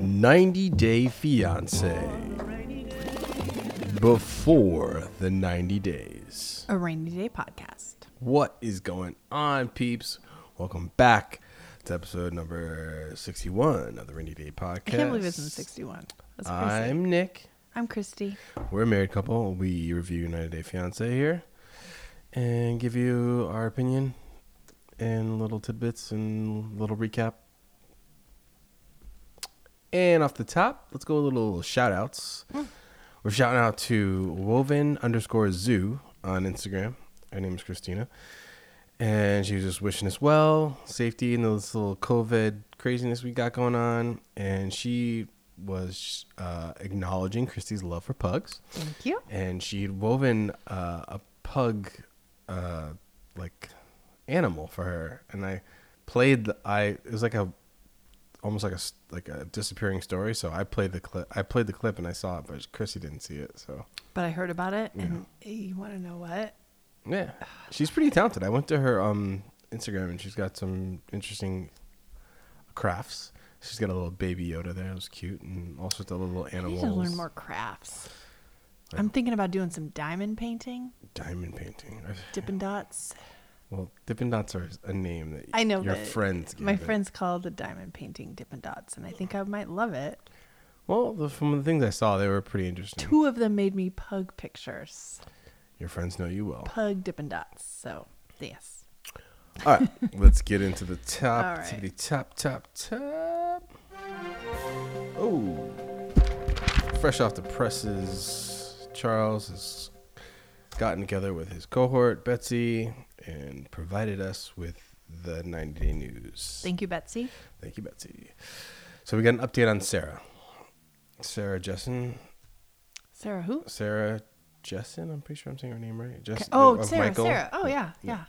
90 Day Fiance. Before the 90 days. A rainy day podcast. What is going on, peeps? Welcome back to episode number 61 of the Rainy Day Podcast. I can't believe it's in 61. That's crazy. I'm, I'm Nick. Christy. We're a married couple. We review 90 Day Fiance here and give you our opinion and little tidbits and little recap. And off the top, let's go a little shout outs. Hmm. We're shouting out to woven underscore zoo on Instagram. Her name is Christina. And she was just wishing us well, safety in this little COVID craziness we got going on. And she was uh, acknowledging Christy's love for pugs Thank you. and she had woven uh, a pug uh, like animal for her and i played the, i it was like a almost like a s- like a disappearing story so i played the clip i played the clip and i saw it but chrissy didn't see it so But I heard about it, and you want to know what? yeah she's pretty talented i went to her um instagram and she's got some interesting crafts she's got a little baby yoda there it was cute and all sorts of little I need animals to learn more crafts. I'm thinking about doing some diamond painting, diamond painting Dippin' Dots. well dippin' dots are a name that I know your that friends My gave it. friends call the diamond painting Dippin' Dots, and I think I might love it. Well, the, from the things I saw, they were pretty interesting. Two of them made me pug pictures, Your friends know you well. pug Dippin' Dots. So yes, All right, let's get into the top, All to right. the top, top, top. Oh, fresh off the presses, Charles has gotten together with his cohort Betsy and provided us with the 90 day news. thank you, Betsy. Thank you, Betsy. So we got an update on Sarah. Sarah Jessen. Sarah, who? Sarah Jessen. I'm pretty sure I'm saying her name right. Jess, Oh, of Sarah, Michael. Sarah. Oh yeah, yeah.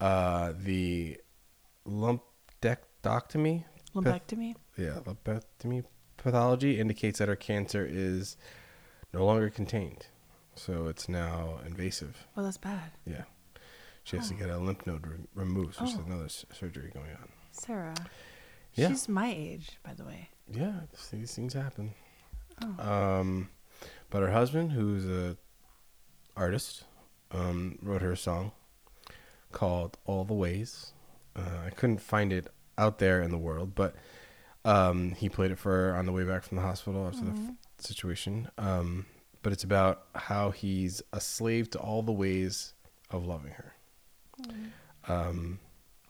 uh, the lumpectomy. Lumpectomy. Yeah, lumpectomy pathology indicates that her cancer is no longer contained, so it's now invasive. Well, that's bad. Yeah, she has to get a lymph node re- removed, so there's Oh. another s- surgery going on. Sarah. Yeah. She's my age, by the way. Yeah, these- these things happen. Oh. Um, but her husband, who's a artist, um, wrote her a song called "All the Ways." Uh, I couldn't find it out there in the world, but um, he played it for her on the way back from the hospital after Mm-hmm. the f- situation. Um, but it's about how he's a slave to all the ways of loving her. Um, Mm-hmm.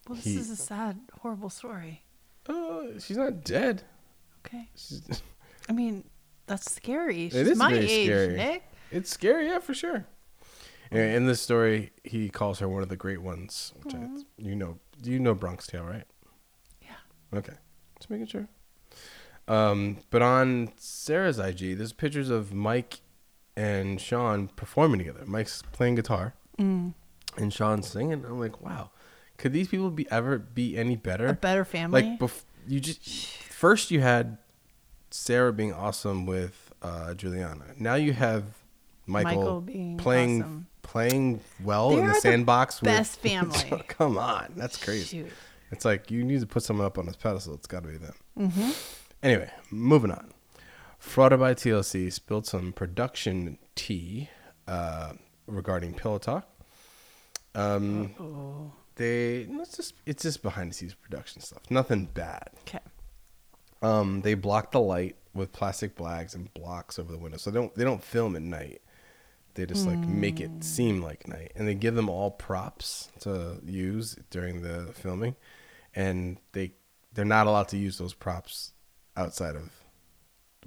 Well, this He- is a sad, horrible story. oh, she's not dead. Okay. She's, I mean, that's scary. She's is my very age, scary. Nick. It's scary, yeah, for sure. And in this story, he calls her one of the great ones, which I, you know, you know Bronx Tale, right? Yeah. Okay, just making sure. Um, but on Sarah's IG, there's pictures of Mike and Sean performing together. Mike's playing guitar Mm. and Sean's singing. I'm like, wow, could these people be ever be any better? A better family. Like, bef- you just first you had Sarah being awesome with uh, Juliana. Now you have Michael, Michael being playing awesome. playing well They in are the the sandbox. best with, family. come on, that's crazy. Shoot. It's like you need to put someone up on this pedestal. It's got to be them. Mm-hmm. Anyway, moving on. Frauded by TLC spilled some production tea uh, regarding Pillow Talk. Um, Oh. they it's just it's just behind the scenes production stuff. Nothing bad. Okay. Um, they block the light with plastic bags and blocks over the window, so they don't they don't film at night. They just like make Mm. it seem like night, and they give them all props to use during the filming, and they they're not allowed to use those props outside of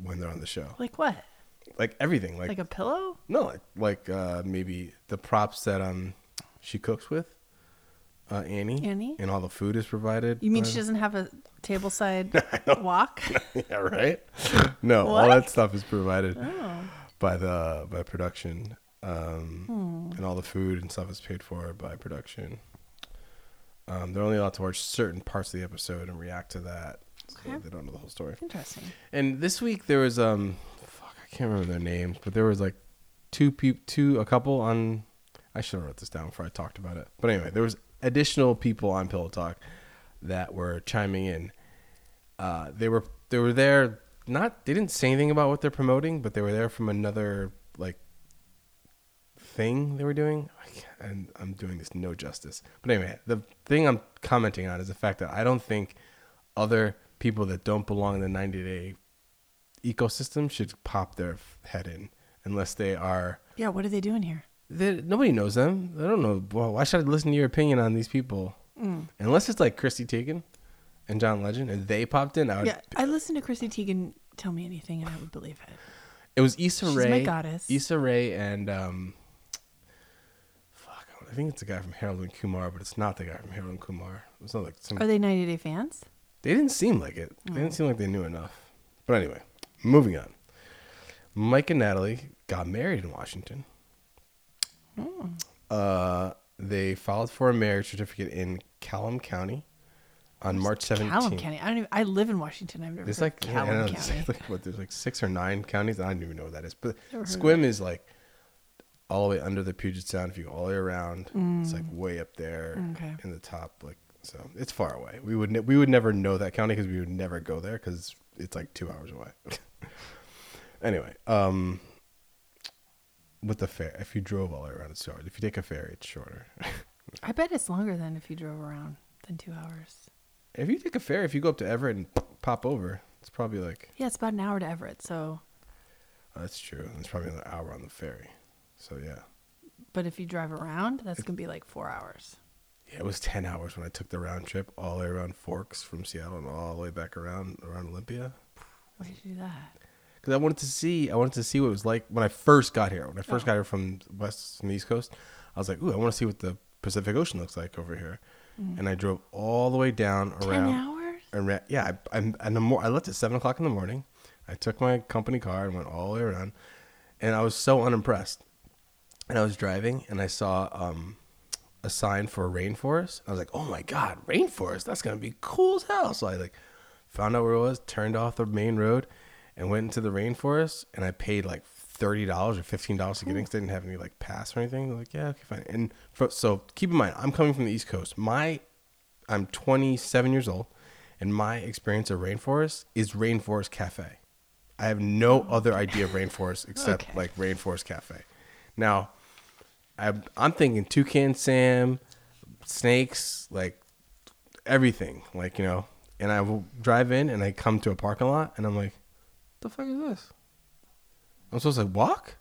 when they're on the show. Like what? Like everything, Like a pillow? no, like, like uh, maybe the props that um she cooks with, uh, Annie. Annie? And all the food is provided. You mean by- she doesn't have a table side walk? Uh, yeah, right. No, all What? Oh. that stuff is provided by the by production, um, Hmm. and all the food and stuff is paid for by production. Um, they're only allowed to watch certain parts of the episode and react to that. So Okay. they don't know the whole story. Interesting. And this week there was um, fuck, I can't remember their names, but there was like two peop two a couple on. I should have wrote this down before I talked about it. But anyway, there was additional people on Pillow Talk that were chiming in Uh, they were they were there. Not they didn't say anything about what they're promoting, but they were there from another like thing they were doing. I can't, and I'm doing this no justice. But anyway, the thing I'm commenting on is the fact that I don't think other people that don't belong in the 90 day ecosystem should pop their f- head in unless they are Yeah, what are they doing here? they, nobody knows them. I don't know. Well, why should I listen to your opinion on these people? Mm. Unless it's like Chrissy Teigen and John Legend, and they popped in. I would, Yeah, I listened to Chrissy Teigen tell me anything and I would believe it. It was Issa She's my Rae. goddess. Issa Rae and um, fuck, I don't- I think it's the guy from Harold and Kumar, but it's not the guy from Harold and Kumar. It was not like some, Are they Oh. 90 Day fans? they didn't seem like it. They didn't seem like they knew enough. But anyway, moving on. Mike and Natalie got married in Washington. Mm. Uh, they filed for a marriage certificate in Callum County on March 17th. Callum County. I don't even. I live in Washington. I've never. There's heard like of yeah, I Callum know, there's County. like, what there's like six or nine counties. I don't even know what that is. But Never heard of Squim is like all the way under the Puget Sound. If you go all the way around, it's like way up there Mm. Okay. in the top. Like so, it's far away. We would ne- we would never know that county because we would never go there because it's like two hours away. anyway, um, with the fair, if you drove all the way around, it's two hours. If you take a ferry, it's shorter. I bet it's longer than if you drove around than two hours. if you take a ferry, if you go up to Everett and pop over, it's probably like Yeah, it's about an hour to Everett. So, That's true. It's probably another hour on the ferry. So yeah. but if you drive around, that's gonna be like four hours. Yeah, it was ten hours when I took the round trip all the way around Forks from Seattle and all the way back around around Olympia. Why did you do that? Because I wanted to see, I wanted to see what it was like when I first got here. When I first got here from west from the East Coast, I was like, "Ooh, I want to see what the Pacific Ocean looks like over here." And I drove all the way down around. Mm. Ten hours. around yeah I, I, and the more i left at seven o'clock in the morning i took my company car and went all the way around and i was so unimpressed and i was driving and i saw um a sign for a rainforest i was like oh my god rainforest that's gonna be cool as hell so i like found out where it was turned off the main road and went into the rainforest and i paid like $30 or $15 to get in because they didn't have any like pass or anything They're like yeah okay fine and fro- so keep in mind i'm coming from the east coast my I'm 27 years old, and my experience of rainforest is Rainforest Cafe. I have no other idea of rainforest except Okay. like Rainforest Cafe. Now, I'm, I'm thinking toucan Sam, snakes, like everything, like you know. And I will drive in, and I come to a parking lot, and I'm like, "The fuck is this?" I'm supposed to walk.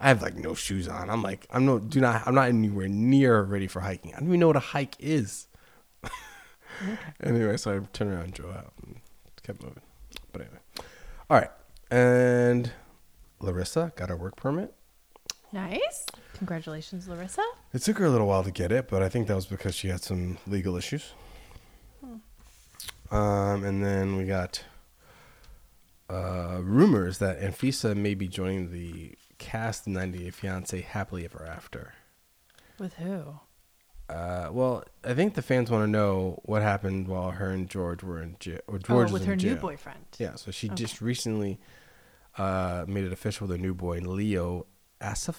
I have like no shoes on. I'm like, I'm no, do not, I'm not anywhere near ready for hiking. I don't even know what a hike is. Anyway, so I turned around and drove out and kept moving. But anyway. All right. And Larissa got her work permit. Nice. Congratulations, Larissa. It took her a little while to get it, but I think that was because she had some legal issues. Um, and then we got uh, rumors that Anfisa may be joining the cast 90 Day Fiance Happily Ever After. With who? Uh, well, I think the fans want to know what happened while her and George were in jail. Or George oh, was with in her new jail. boyfriend. Yeah, so she just recently uh, made it official with a new boy, Leo Asif,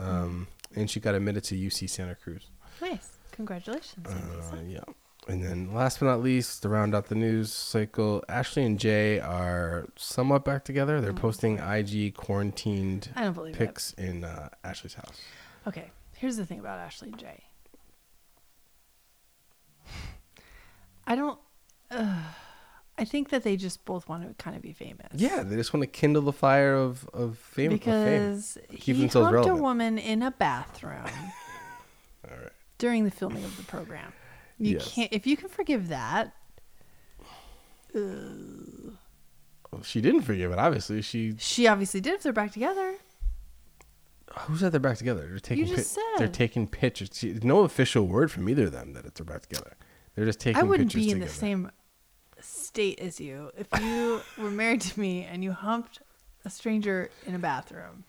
um, Hmm. and she got admitted to UC Santa Cruz. Nice. Congratulations, Anfisa. Uh, yeah, and then last but not least, to round out the news cycle, Ashley and Jay are somewhat back together. They're posting IG quarantined Mm-hmm. I don't believe pics in uh, Ashley's house. it. Okay. Here's the thing about Ashley and Jay. I don't. Uh, I think that they just both want to kind of be famous. Yeah, they just want to kindle the fire of of fame. of fame. because he Keep themselves humped relevant. a woman in a bathroom All right. during the filming of the program. You Yes. can't if you can forgive that. Well, she didn't forgive it. Obviously, she She obviously did if they're back together. Who said they're back together? They're taking just pic- They're said. taking pictures. See, there's no official word from either of them that it's they're back together. They're just taking I wouldn't pictures be in together. the same state as you if you were married to me and you humped a stranger in a bathroom.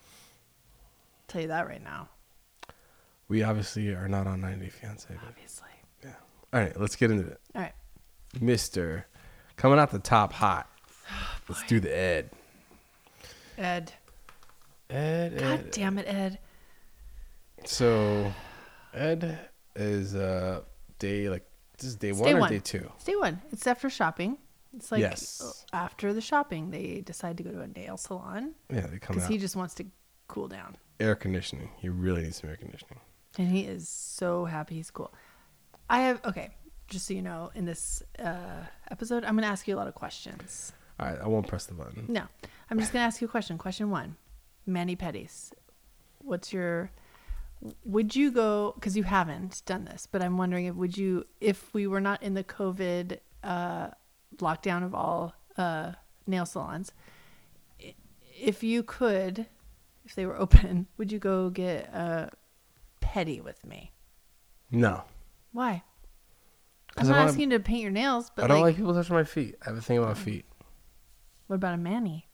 Tell you that right now, We obviously are not on 90 Day Fiance. But obviously. yeah. All right, let's get into it. All right. Mister, coming out the top hot. Oh, Let's do the Ed. Ed. Ed, Ed. God damn it, Ed. So, Ed is uh day like this is day It's one day or one. day two. It's day one. It's after shopping. It's like uh, Yes. after the shopping, they decide to go to a nail salon Yeah, they come because out. he just wants to cool down. air conditioning. He really needs some air conditioning. And he is so happy he's cool. I have, okay, just so you know, in this uh, episode, I'm going to ask you a lot of questions. All right, I won't press the button. No, I'm just going to ask you a question. Question one Manny Petties. What's your, would you go, because you haven't done this, but I'm wondering if, would you, if we were not in the COVID uh, lockdown of all uh, nail salons, i- if you could, if they were open, would you go get a petty with me? No, Why? 'Cause I'm I not wanna- asking you to paint your nails, but I don't like, Oh. like, people touching my feet. I have a thing about feet. what about a Manny?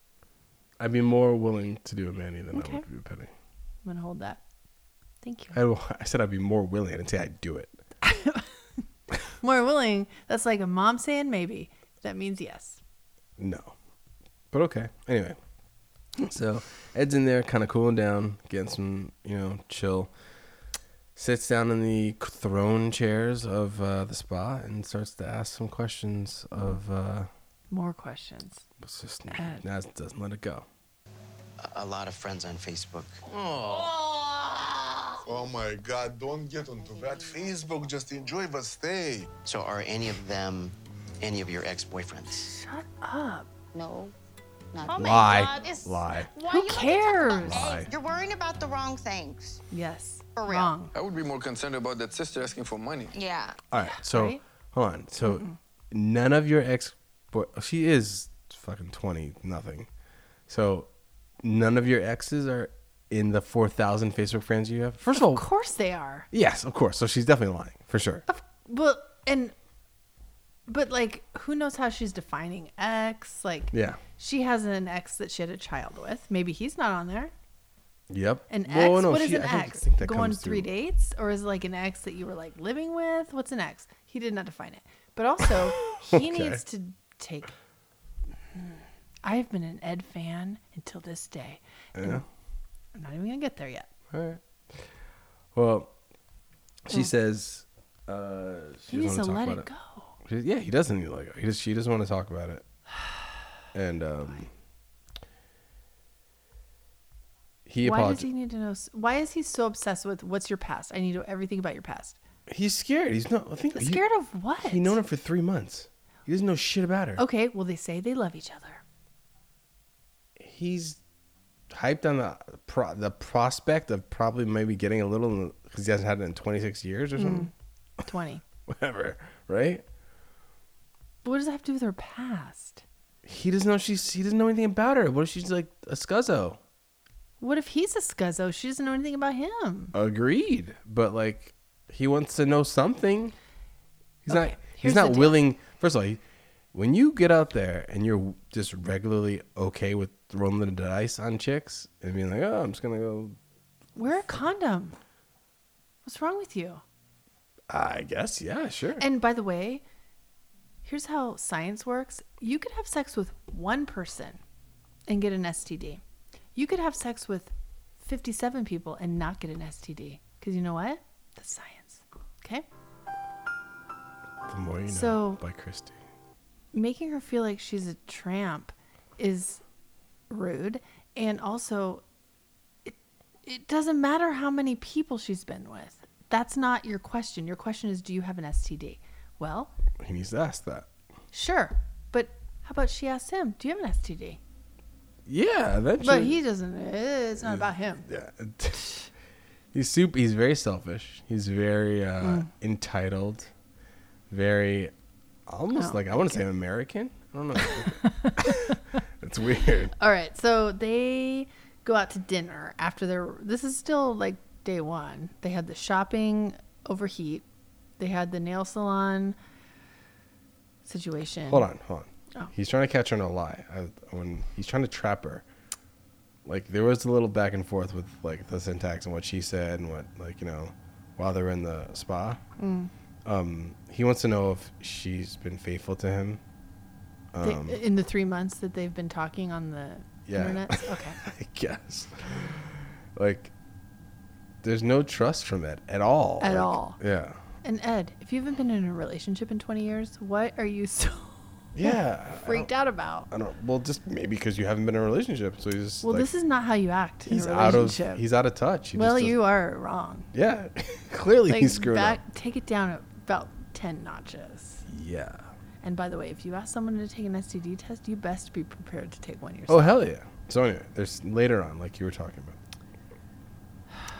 I'd be more willing to do a mani than I Okay. would do a petty. I'm gonna hold that. Thank you. I, I said I'd be more willing. I didn't say I'd do it. More willing. That's like a mom saying maybe. That means yes. No. But okay. Anyway. So Ed's in there, kind of cooling down, getting some, you know, chill. Sits down in the throne chairs of uh, the spa and starts to ask some questions of. Uh, More questions. it's just Ed. Naz doesn't let it go. a lot of friends on Facebook. Oh my God, don't get onto that Facebook. Just enjoy the stay. So are any of them any of your ex-boyfriends? Shut up. No, not Oh my Lie. God, it's- Lie. Why Who you have to talk about cares? eggs? Lie. You're worrying about the wrong things. Yes. For real. Wrong. I would be more concerned about that sister asking for money. Yeah. All right. So Right? hold on. So none of your ex. boy She is fucking 20, nothing. So none of your exes are in the 4,000 Facebook friends you have? First of all, Of course they are. Yes, of course. So she's definitely lying for sure. Of, well, and but like, who knows how she's defining ex? Like, Yeah. she has an ex that she had a child with. Maybe he's not on there. Yep. An ex? Well, what is she- an I think- ex? I think that Go on comes three through. dates? Or is it like an ex that you were like living with? What's an ex? He did not define it. But also, Okay. he needs to take. I've been an Ed fan until this day. Yeah. I'm not even going to get there yet. All right. Well, she says uh, Hmm. He she needs doesn't to want to talk let about it it. go. She- yeah, he doesn't need to let it go. He just she doesn't want to talk about it. And um, he Why apologized. does he need to know? s- Why is he so obsessed with what's your past? I need to know everything about your past. He's scared. He's not. I think he- Scared of what? He known her for three months. He doesn't know shit about her. Okay, well, they say they love each other. he's hyped on the pro- the prospect of probably maybe getting a little because he hasn't had it in 26 years or Hmm. Mm. something, 20. whatever, right? what does that have to do with her past? He doesn't know she's he doesn't know anything about her. What if she's like a scuzzo? What if he's a scuzzo? She doesn't know anything about him. Agreed, but like he wants to know something. He's Okay, not here's he's the not deal. willing. First of all, he, when you get out there and you're just regularly okay with rolling the dice on chicks and being like, oh, I'm just gonna go. Wear a condom. What's wrong with you? I guess, yeah, sure. And by the way, here's how science works you could have sex with one person and get an STD, you could have sex with 57 people and not get an STD. Because you know what? That's science. Okay? the more you know so- by Christie. making her feel like she's a tramp is rude and also it, it doesn't matter how many people she's been with that's not your question your question is do you have an std well He needs to ask that. sure but how about she asks him do you have an std Yeah, eventually. but he doesn't eh, it's not about him Yeah. he's soup. He's very selfish. He's very uh, Hmm. entitled. Very, almost Oh, like I want to say American. I don't know. it's weird. all right so they go out to dinner after their this is still like day one they had the shopping overheat they had the nail salon situation Hold on, hold on. Oh. He's trying to catch her in a lie. I, when he's trying to trap her. Like there was a little back and forth with like the syntax and what she said and what like you know, while they're in the spa. Mm. Um, he wants to know if she's been faithful to him. They- in the uh, three months that they've been talking on the um, Yeah. internet. Okay. I guess. Like, there's no trust from it at all. At Like, all. Yeah. And Ed, if you haven't been in a relationship in 20 years, why are you so Yeah. freaked out about. I don't. Well, just maybe because you haven't been in a relationship, so he's just Well, like, this is not how you act in he's a out of relationship. he's out of touch. He just well, doesn't- you are wrong. yeah, clearly Like he's screwing back, up. take it down about ten notches. Yeah. And by the way, if you ask someone to take an STD test, you best be prepared to take one yourself. Oh hell yeah. So anyway, there's later on, like you were talking about.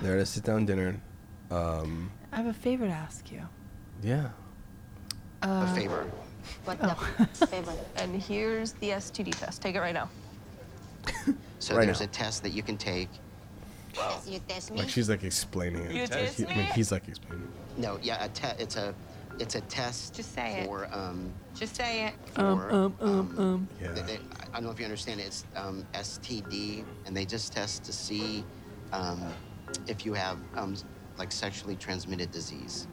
They're at a sit down dinner. Um, I have a favor to ask you. yeah. a favor. Uh, What Oh. the favor? And here's the STD test. Take it right now. So Right there's now. a test that you can take. You test me. Like she's like explaining it. You He- text I mean, me? he's like explaining. it. No, yeah, a te- it's a it's a test Just say it. for um Just say it. for um, um, um. Yeah. they- they- I- I don't know if you understand it. It's um, STD, and they just test to see um, if you have um, like sexually transmitted disease.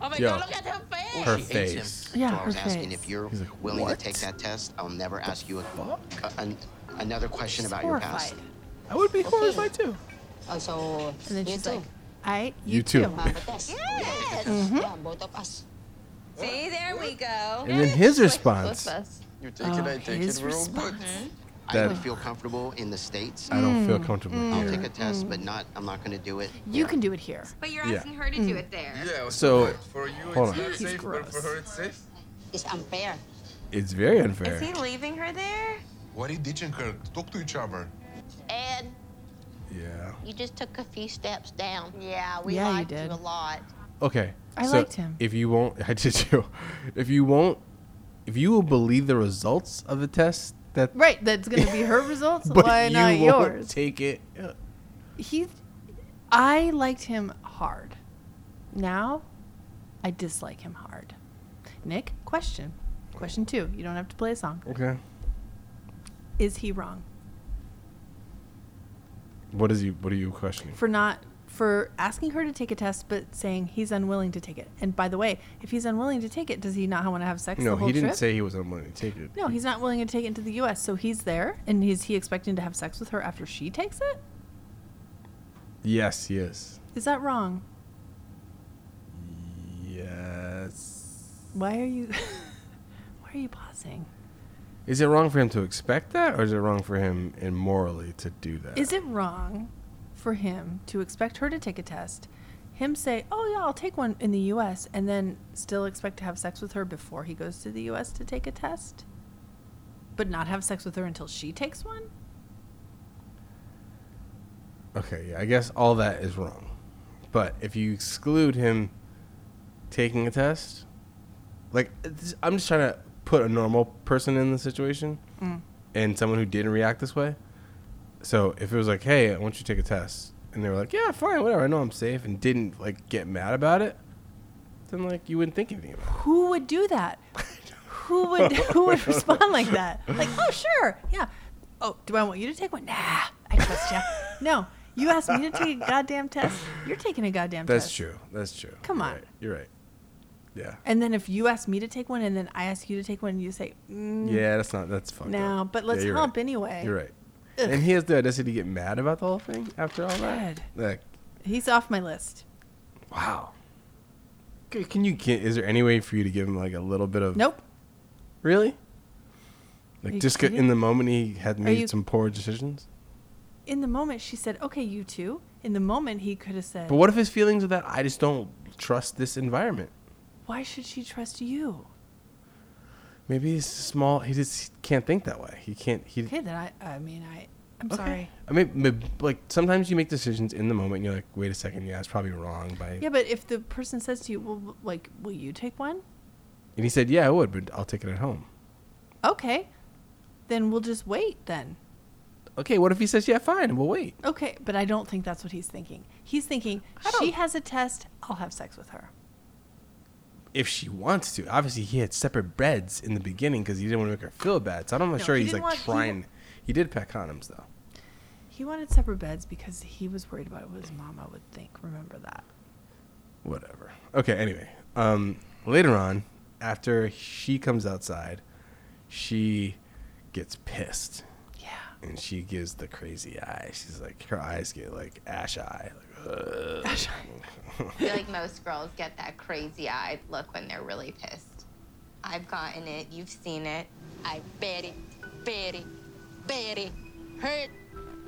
Oh my Yo. god, look at her face. Her She hates him. face. Yeah, so I her was asking face. if you're He's like, willing "What?" to take that test. I'll never ask you a, a- an, another question about your past. Horrified. I would be horrified too. Also, And then you she's too. like, I, you, You too. too. Have a test. Yes. Mm-hmm. Yeah, both of us. See, there we Oh. go. And then his response. You take Oh, it, I take his it. We're all good. response. Mm-hmm. I That- would feel comfortable in the states. I don't feel comfortable I'll here. take a test, but not. I'm not going to do it. Mm. You can do it here. But you're Yeah. asking her to do it there. Yeah. So, but Oh, for you, hold it's on. not Mm. He's safe, but for gross. her, it's safe. It's unfair. It's very unfair. Is he leaving her there? Why are you ditching her? Talk to each other. And Yeah. you just took a few steps down. Yeah, we Yeah, you liked you, did. a lot. Okay. I liked him. If you won't, I did you. If you won't, if you will believe the results of the test, that Right, that's going to be her results. but Why you not won't yours? take it. he i liked him hard now i dislike him hard nick question question two you don't have to play a song Okay. is he wrong What is you? What are you questioning? for not for asking her to take a test but saying he's unwilling to take it and by the way if he's unwilling to take it does he not want to have sex no, the whole he didn't trip? say he was unwilling to take it. no he's not willing to take it into the us so he's there and is he expecting to have sex with her after she takes it Yes, he is. is that wrong Yes. why are you why are you pausing Is it wrong for him to expect that, or is it wrong for him immorally to do that? Is it wrong for him to expect her to take a test, him say, "Oh yeah, I'll take one in the U.S.," and then still expect to have sex with her before he goes to the U.S. to take a test, but not have sex with her until she takes one? Okay, yeah, I guess all that is wrong. But if you exclude him taking a test, like it's- I'm just trying to put a normal person in the situation Mm. and someone who didn't react this way. So if it was like, "Hey, I want you to take a test," and they were like, "Yeah, fine, whatever, I know I'm safe," and didn't like get mad about it, then like you wouldn't think anything about it. Who would do that? who would who would respond like that? Like, "Oh sure, yeah." Oh, do I want you to take one? Nah, I trust you. no, you asked me to take a goddamn test. You're taking a goddamn test. That's true. That's true. Come You're on. right. You're right. Yeah. And then if you ask me to take one, and then I ask you to take one, and you say, mm, Yeah, that's not that's fucked No, up. but let's yeah, you're hump right. anyway. You're right. Ugh. And he has the audacity to get mad about the whole thing after all that. God. Like, he's off my list. wow. C- Can you can, is there any way for you to give him like a little bit of Nope. Really? you Like just 'cause kidding? in the moment he had made you- some poor decisions. In the moment, she said, "Okay, you too." In the moment, he could have said, But what if his feelings are that I just don't trust this environment? "Why should she trust you?" Maybe he's small. He just can't think that way. He can't. He Okay, then I. I mean, I. I'm Okay. sorry. I mean, mib- like sometimes you make decisions in the moment. and You're like, wait a second, yeah, it's probably wrong. By Yeah, but if the person says to you, "Well, w- like, will you take one?" and he said, yeah, I would, but I'll take it at home. Okay, then we'll just wait. Then Okay, what if he says, yeah, fine, we'll wait. okay, but I don't think that's what he's thinking. He's thinking she has a test. I'll have sex with her. If she wants to. Obviously, he had separate beds in the beginning because he didn't want to make her feel bad. So I'm not No, sure he he's like didn't want- he trying. He did pack condoms though. He wanted separate beds because he was worried about what his mama would think. Remember that. Whatever. Okay. Anyway, um, later on, after she comes outside, she gets pissed Yeah. and she gives the crazy eye. She's like, her eyes get like ash eye. Like, "Ugh." I feel like most girls get that crazy eyed look when they're really pissed. I've gotten it. You've seen it. I very, very, very hurt.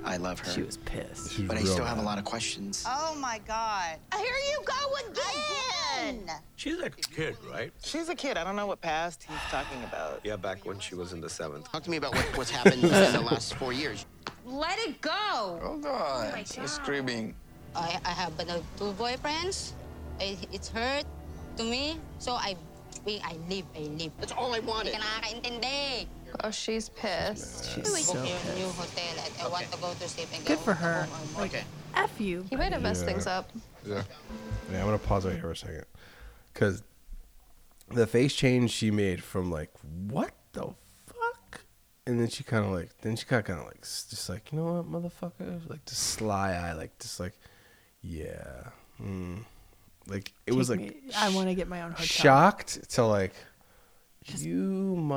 I love her. She was pissed. She's but I real still have a mad. lot of questions. Oh my god. Here you go again. She's a kid, right? She's a kid. I don't know what past he's talking about. Yeah, back when she was in the seventh. Talk to me about what, what's happened in the last four years. Let it go. Hold Oh on. She's cribbing. I, I have another two boyfriends. It, it's hurt to me, so I, we, I leave, I leave. That's all I wanted. Nakakaintindi. Oh, she's pissed. She's Book so your pissed. new hotel. I, I want to go to sleep and Good go for her. Oh, home on Okay. F you. He might have messed Yeah. things up. Yeah. I'm gonna pause right here for a second, because the face change she made from like what the fuck, and then she kind of like, then she got kind of like, s- just like you know what, motherfucker, like just sly eye, like just like, yeah, mm. like it was Take like me- I want to get my own hotel. shocked to like. you disdain.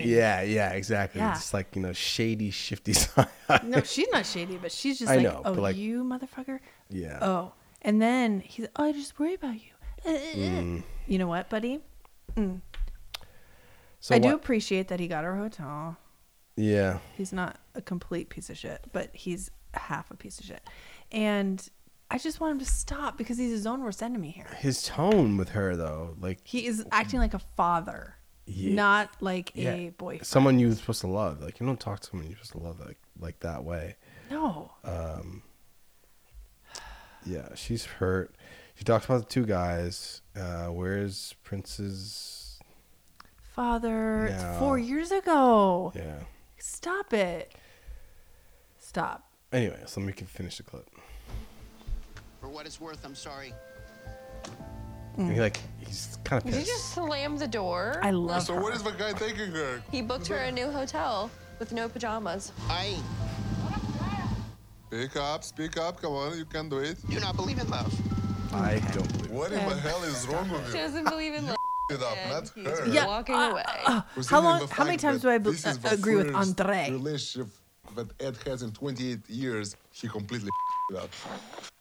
motherfucker. Yeah, yeah, exactly. Yeah. It's like, you know, shady, shifty sly eye. No, she's not shady, but she's just I like, know, oh, but, like- you motherfucker. Yeah. Oh, and then he's, oh, I just worry about you. Eh, eh, eh. Mm. You know what, buddy? Mm. So I do what- appreciate that he got her hotel. Yeah. He's not a complete piece of shit, but he's half a piece of shit. And I just want him to stop because he's his own worst enemy here. His tone with her though, like He is acting like a father, Yeah. not like a Yeah. boyfriend. someone you're supposed to love. Like you don't talk to someone you're supposed to love like like that way. Um, No. Yeah, she's hurt. She talks about the two guys. Uh, where's Prince's? Father, it's No. four years ago. Yeah. Stop it. Stop. Anyway, so we can finish the clip. For what it's worth, I'm sorry. And Mm. he like he's kind of Did you pissed. just slam the door? I love So her. where is the guy taking her? He booked her a new hotel with no pajamas. I Speak up, speak up. Come on, you can do it. do not believe in love. I don't believe. What in the hell is wrong with She you? doesn't believe in love. It up, not He's her. Yeah, walking uh, away. We're sitting How in long? the How many fact times that do I bel- this is uh, the agree with first Andre? Relationship that Ed has in 28 years, she completely it up.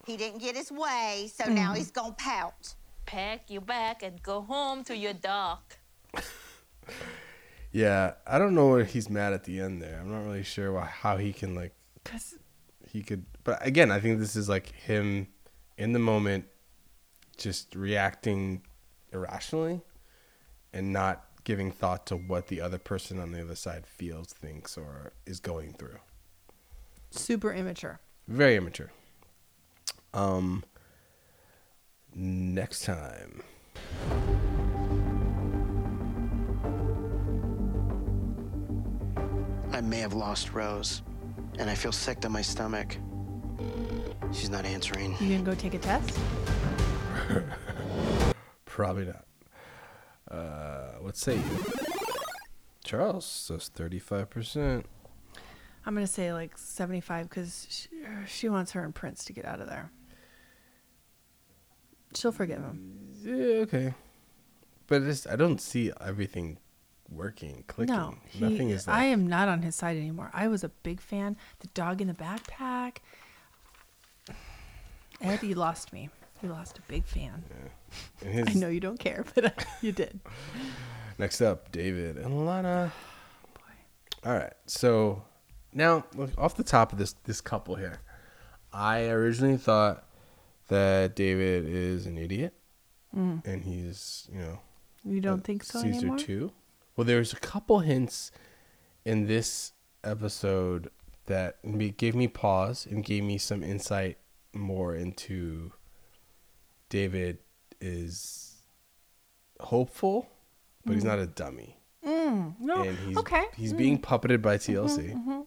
He didn't get his way, Hmm. so now he's gonna pout. Pack your bag and go home to your dog. it. Yeah, I don't know where he's mad at the end there. I'm not really sure why, how he can like Because he could. But again, I think this is like him in the moment, just reacting irrationally, and not giving thought to what the other person on the other side feels, thinks, or is going through. super immature. Very immature. Um. Next time. I may have lost Rose, and I feel sick to my stomach. She's not answering. You gonna go take a test? Probably not. Uh, what say you? Charles says 35%. I'm gonna say like 75 because she, she wants her and Prince to get out of there. She'll forgive him. Yeah, okay. But it's, I don't see everything working, clicking. No, he, Nothing is like, I am not on his side anymore. I was a big fan. The dog in the backpack. Ed, you lost me. You lost a big fan. and his- I know you don't care, but you did. Next up, David and Lana. Oh, All right. So now, look, off the top of this this couple here, I originally thought that David is an idiot, Mm. and he's you know You don't think so Uh, Caesar anymore? too. Well, there's a couple hints in this episode that me- gave me pause and gave me some insight more into David is hopeful, but he's not a dummy. Mm. No. and he's, okay. Mm. Mm-hmm. he's being puppeted by TLC.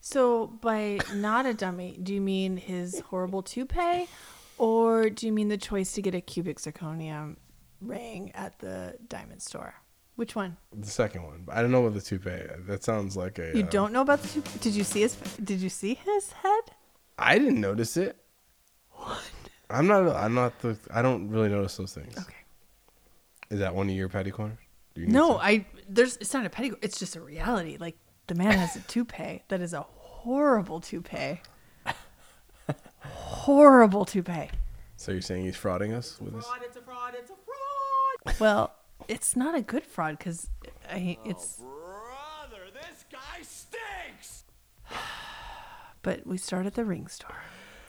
So by not a dummy, do you mean his horrible toupee, or do you mean the choice to get a cubic zirconium ring at the diamond store? Which one? The second one, but I don't know what the toupee. That sounds like a. You uh, don't know about the toupee? Did you see his? Did you see his head? I didn't notice it. What? I'm not. I'm not the. I don't really notice those things. Okay. Is that one of your patty corners? Do you need No, some? I there's it's not a petticoat. It's just a reality. Like the man has a toupee that is a horrible toupee. horrible toupee. So you're saying he's frauding us with this? Well, it's not a good fraud because it's But we start at the ring store,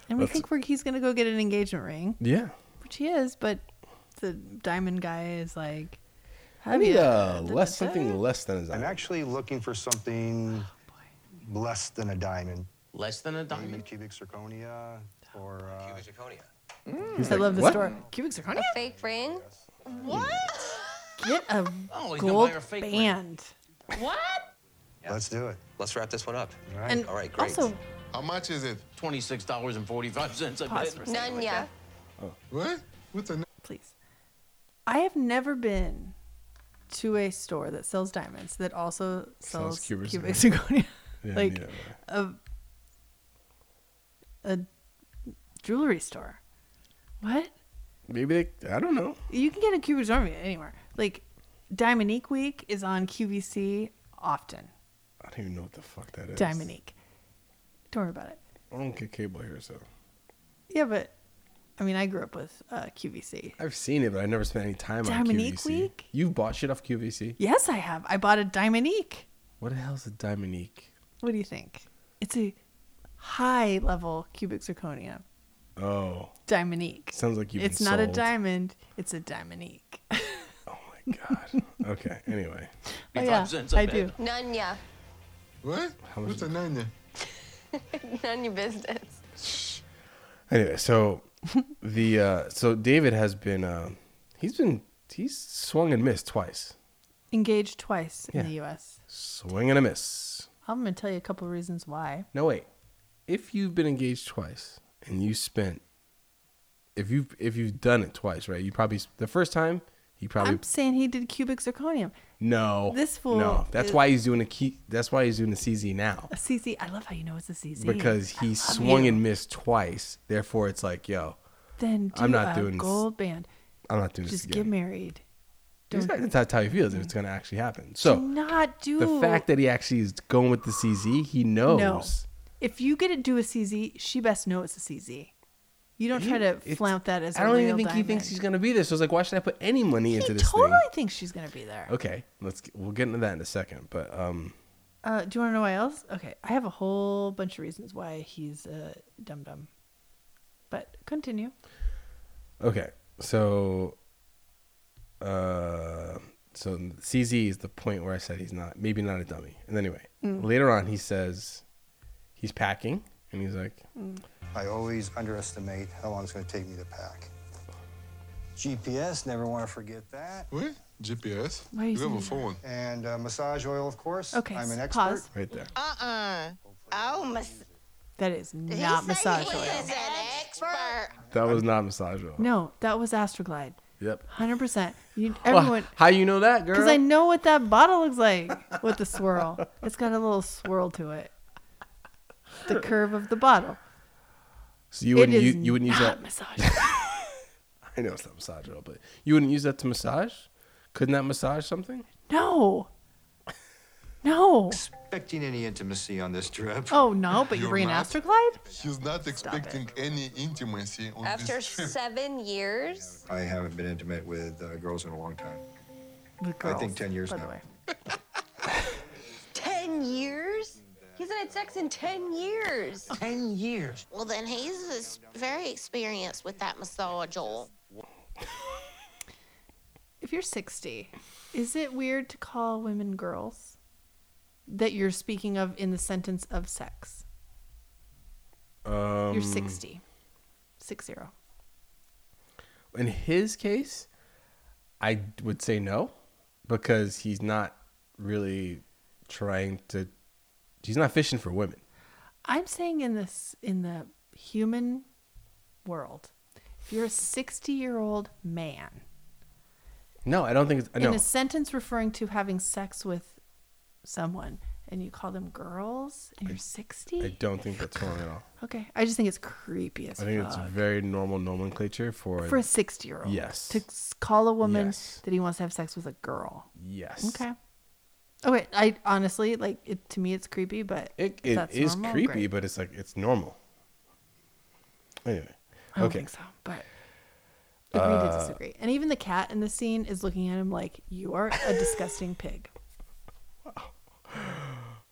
and we That's- think we're, he's going to go get an engagement ring, Yeah. which he is. But the diamond guy is like, I need a da- da- uh, less da- something less than a I'm diamond. actually looking for something Oh, less than a diamond. Less than a Maybe diamond? cubic zirconia or uh, Cubic zirconia. I love the Hmm. "What?" store. Cubic zirconia. A fake ring? Get a Oh, he's gonna buy gold her a fake ring. band. let's do it. Let's wrap this one up. All right. And All right, great. also, How much is it? $26.45 a Pause bit. for a second. None, yeah. Oh. What? What's a please. I have never been to a store that sells diamonds that also Sells sells, cubic cubic zirconia. Yeah, like neither am a a jewelry store. What? Maybe they, I don't know. You can get a cubic zirconia anywhere. Like Diamondique Week is on QVC often. I don't even know what the fuck that is. Diamondique. Don't worry about it. I don't get cable here, so Yeah, but I mean, I grew up with uh, QVC. I've seen it, but I never spent any time on Dominique QVC. Week? You've bought shit off QVC. Yes, I have. I bought a Diamondique. What the hell's a Dominique? What do you think? It's a high level cubic zirconia. Oh, Diamondique. sounds like you've. It's been not a sold. diamond, it's a diamondique. oh Oh my god. okay. Anyway, yeah, cents a I bit. do. None, yeah. what? much What's is a nanya? None your business. anyway, so the uh, so David has been uh, he's been he's swung and missed twice. Engaged twice in the US. Swing and a miss. I'm going to tell you a couple reasons why. No wait. If you've been engaged twice and you spent if you have if you've done it twice, right? You probably the first time he probably I'm saying he did cubic zirconium. no. this fool No, that's is- why he's doing a key. That's why he's doing the CZ now A CZ. I love how you know it's a CZ. because I he love swung you. and missed twice. Therefore, it's like, yo, Then do I'm not a doing this. gold band. I'm not doing Just this again. get married. He's Don't- not- that's how he feels if it's going to actually happen. So do not do the fact that he actually is going with the CZ, he knows. No. If you get to do a CZ, she best know it's a CZ. You don't try to It's- flaunt that as I I don't even think he thinks he's going to be there. So it's like, why should I put any money into He this totally thing? thinks she's gonna be there. Okay, let's get- we'll get into that in a second. But um, Uh, do you want to know why else? Okay, I have a whole bunch of reasons why he's a dum dum. But continue. okay, so uh, so CZ is the point where I said he's not maybe not a dummy. And anyway, Mm. later on he says he's packing and he's like, I always underestimate how long it's going to take me to pack. GPS, never want to forget that. What? GPS? Why is you have he- a phone. And uh, massage oil, of course. Okay, I'm an s- expert. pause. right there. Uh-uh. Oh, mas- That is he not say massage he oil. is an expert. That was not massage oil. No, that was Astroglide. Yep. Hundred percent. You Well, everyone. how you know that, girl? Because I know what that bottle looks like with the swirl. It's got a little swirl to it. The curve of the bottle. so you It wouldn't is you, you wouldn't use that. not massage. oil. I know it's not massage oil, but you wouldn't use that to massage. Couldn't that massage something? No. No. Expecting any intimacy on this trip. Oh no! But you You're bring an not- Astroglide? He's not expecting any intimacy on After this trip. seven years? I haven't been intimate with uh, girls in a long time. With I girls. think 10 years by the now. way. Ten years? He's not had sex in ten years. Well, then he's ex- very experienced with that massage oil. If you're 60, is it weird to call women girls that you're speaking of in the sentence of sex? Um, You're 60. Six zero. In his case, I would say no because he's not really trying to. He's not fishing for women. I'm saying in this in the human world, if you're a 60 year old man No, I don't think it's. No, in a sentence referring to having sex with someone and you call them girls and you're 60, I don't think that's wrong at all. okay, I just think it's creepy as I think fuck. it's very normal nomenclature for. for a 60 year old Yes. to s- call a woman Yes. that he wants to have sex with a girl yes. okay okay i honestly like it to me it's creepy but It, if it that's is normal, creepy, great. but it's like it's normal. Anyway, i don't okay. Uh, think so but agree to disagree and even the cat in the scene is looking at him like you are a disgusting pig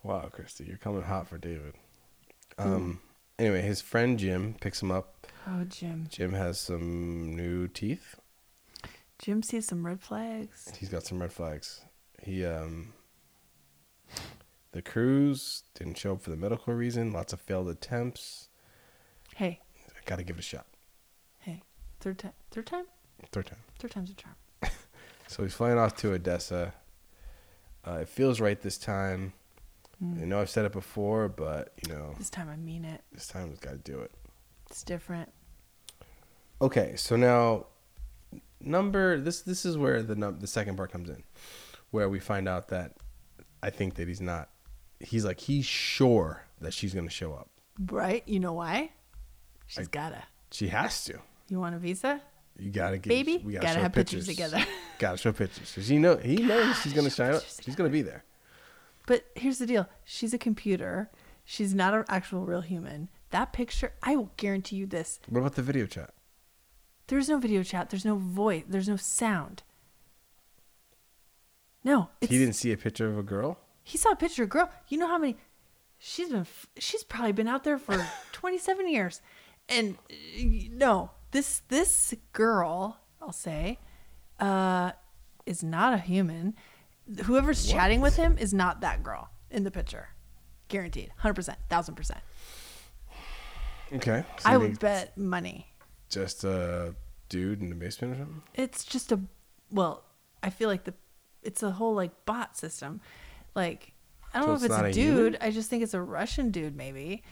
Wow, Christy, you're coming hot for David. Um, Anyway, his friend Jim picks him up. Hmm. Oh, Jim. Jim has some new teeth. Jim sees some red flags. He's got some red flags. He um the crews didn't show up for the medical reason, lots of failed attempts. Hey, I gotta give it a shot. hey, third time, third time, Third time. third time's a charm. So he's flying off to Odessa. Uh, it feels right this time. I know I've said it before, but you know Hmm. This time I mean it. this time we've got to do it. It's different. Okay, so now number this this is where the num- the second part comes in, where we find out that I think that he's not. He's like he's sure that she's gonna show up. Right? You know why? She's I- gotta. She has to. You want a visa? You gotta get Baby, We gotta have pictures together. gotta show pictures. 'Cause you know he knows she's gonna show show up. pictures She's gonna be there. But here's the deal she's a computer, she's not an actual real human. That picture, I will guarantee you this What about the video chat? there's no video chat, there's no voice, there's no sound. No, it's, He didn't see a picture of a girl. He saw a picture of a girl. You know how many? She's been. f- She's probably been out there for 27 years, and uh, no, this this girl, I'll say, uh, is not a human. Whoever's chatting with him is not that girl in the picture, guaranteed, hundred percent, thousand percent. Okay, so I maybe would bet money. just a dude in the basement or something. It's just a well. I feel like the it's a whole like bot system. Like I don't So know it's if it's not a a dude. human? I just think it's a Russian dude maybe,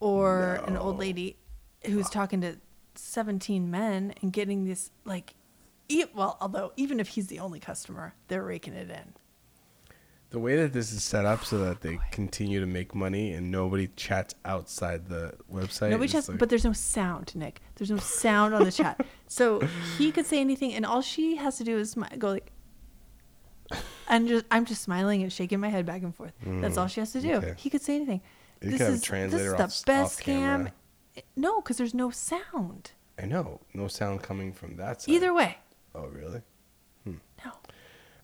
or an old lady who's talking to seventeen men and getting this like. E- well, although even if he's the only customer, they're raking it in. The way that this is set up so that they continue to make money and nobody chats outside the website. Nobody is chats, like- but there's no sound, Nick. There's no sound on the chat, so he could say anything, and all she has to do is smi- go like, and just I'm just smiling and shaking my head back and forth. That's all she has to do. Mm, okay. He could say anything. You could have a translator off- off camera. Eh, No, because there's no sound. I know. No sound coming from that side. Either way, Oh, really? no.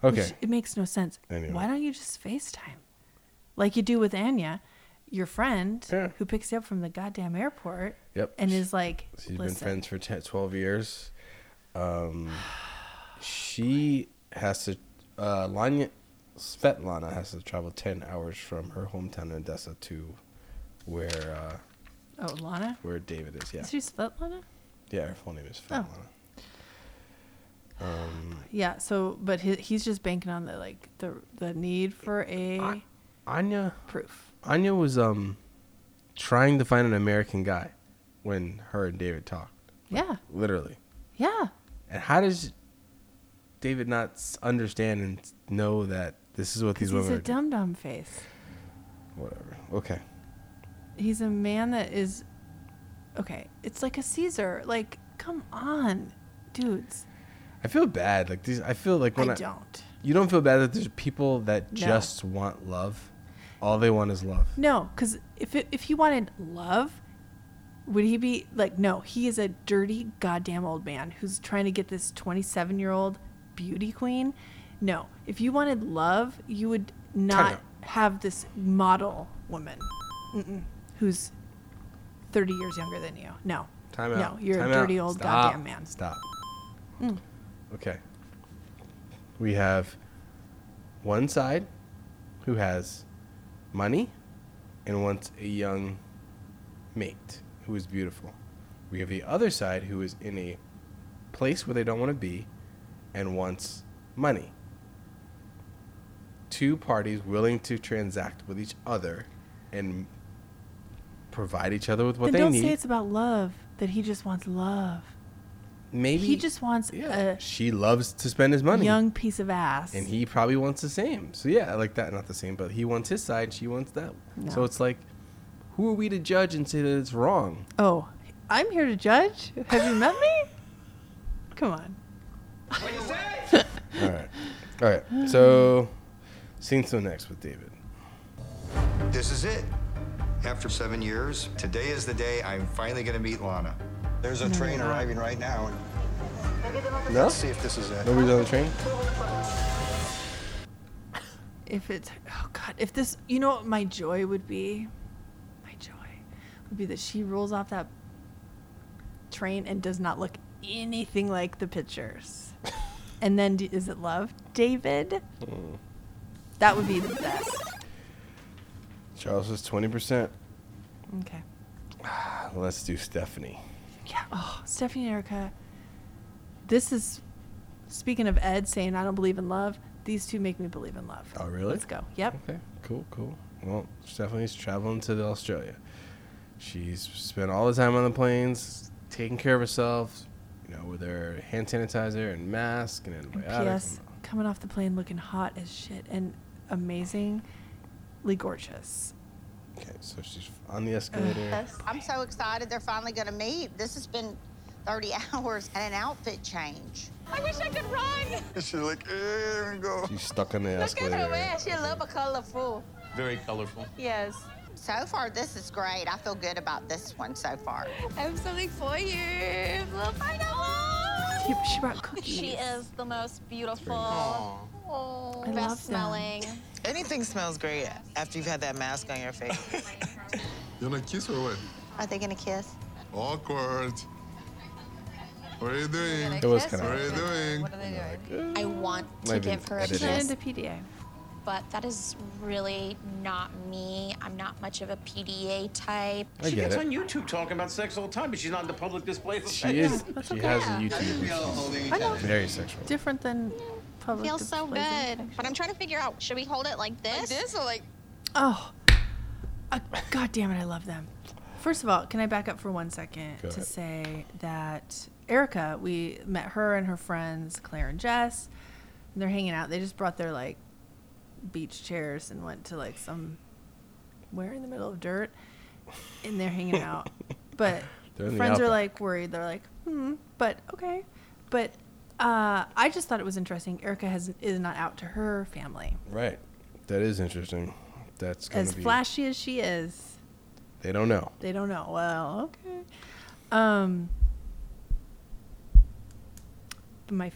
Okay. Which, it makes no sense. Anyway. Why don't you just FaceTime, like you do with Anya, your friend Yeah. who picks you up from the goddamn airport? Yep. And is like, She's been listen. friends for 10, 12 years. Um, she has to, uh, Lanya, Svetlana has to travel 10 hours from her hometown in Odessa to where, uh, Oh, Lana. where David is. Yeah. Is she Svetlana? Yeah, her full name is Svetlana. Oh, Um, Yeah. So, but he, he's just banking on the like the the need for a Anya, proof. Anya was, um, trying to find an American guy when her and David talked, Yeah. literally. Yeah. And how does David not s- understand and s- know that this is what these He's women a are doing? dum dum face. Whatever. Okay. He's a man that is okay. It's like a Caesar. Like, come on, dudes. I feel bad. Like these. I feel like when I I, don't. You don't feel bad that there's people that No. just want love. All they want is love. No, because if it, if he wanted love, would he be like? No, he is a dirty goddamn old man who's trying to get this twenty-seven year old beauty queen. No, if you wanted love, you would not out. have this model woman, Mm-mm. who's thirty years younger than you. No, Time no, out. you're Time a out. dirty old Stop. goddamn man. Mm. Stop. Okay. We have one side who has money and wants a young mate who is beautiful. We have the other side who is in a place where they don't want to be and wants money. Two parties willing to transact with each other and provide each other with what Then they don't need say it's about love. That he just wants love. maybe He just wants yeah a she loves to spend his money young piece of ass. and he probably wants the same so yeah I like that not the same but he wants his side she wants that so No. it's like who are we to judge and say that it's wrong Oh, I'm here to judge. Have you met me? Come on. all right all right so scene so next with david This is it. After seven years, today is the day I'm finally going to meet Lana. There's a train arriving right now. no Let's see if this is it. nobody's on the train If it's oh god, if this, you know what my joy would be? My joy would be that she rolls off that train and does not look anything like the pictures. and then d- is it love, David? Hmm. That would be the best. Charles is 20%. Okay. Let's do Stephanie. Yeah. Oh, Stephanie and Erica. This is speaking of Ed saying I don't believe in love. These two make me believe in love. Oh, really? Let's go. Yep. Okay, cool, cool. Well, Stephanie's traveling to Australia. She's spent all the time on the planes, taking care of herself, you know, with her hand sanitizer and mask and antibiotics. P.S. Coming off the plane looking hot as shit and amazingly gorgeous. Okay, so she's on the escalator. I'm so excited they're finally going to meet. This has been 30 hours and an outfit change. I wish I could run. She's like, here we go. She's stuck on the Look at her escalator. wear. She love a colorful. Very colorful. Yes. So far, this is great. I feel good about this one so far. I have something for you. We'll find out. She, she brought cookies. She is the most beautiful. Aw. Oh, I best love them. smelling. Anything smells great after you've had that mask on your face. You wanna kiss or what? Are they going to kiss? Awkward. What are you doing? It was kinda What are you awkward. doing? What are they doing? I want to Maybe give her a editing. kiss. PDA. But that is really not me. I'm not much of a PDA type. I she get gets it. on YouTube talking about sex all the time, but she's not in the public display. of She sex. is. She has a YouTube. We all which is holding each I know. Very sexual. Different than public. Feels so displays and good. things. But I'm trying to figure out should we hold it like this? Like this or like. Oh, Uh, God damn it! I love them. First of all, can I back up for one second Go to ahead. say that Erica, we met her and her friends Claire and Jess, and they're hanging out. They just brought their like beach chairs and went to like some where in the middle of dirt, and they're hanging out. But They're in the friends are outback. like worried. They're like, hmm, but okay, but uh, I just thought it was interesting. Erica has is not out to her family Right. That is interesting. That's going as to be. flashy as she is. They don't know. They don't know. Well, okay. Um, my,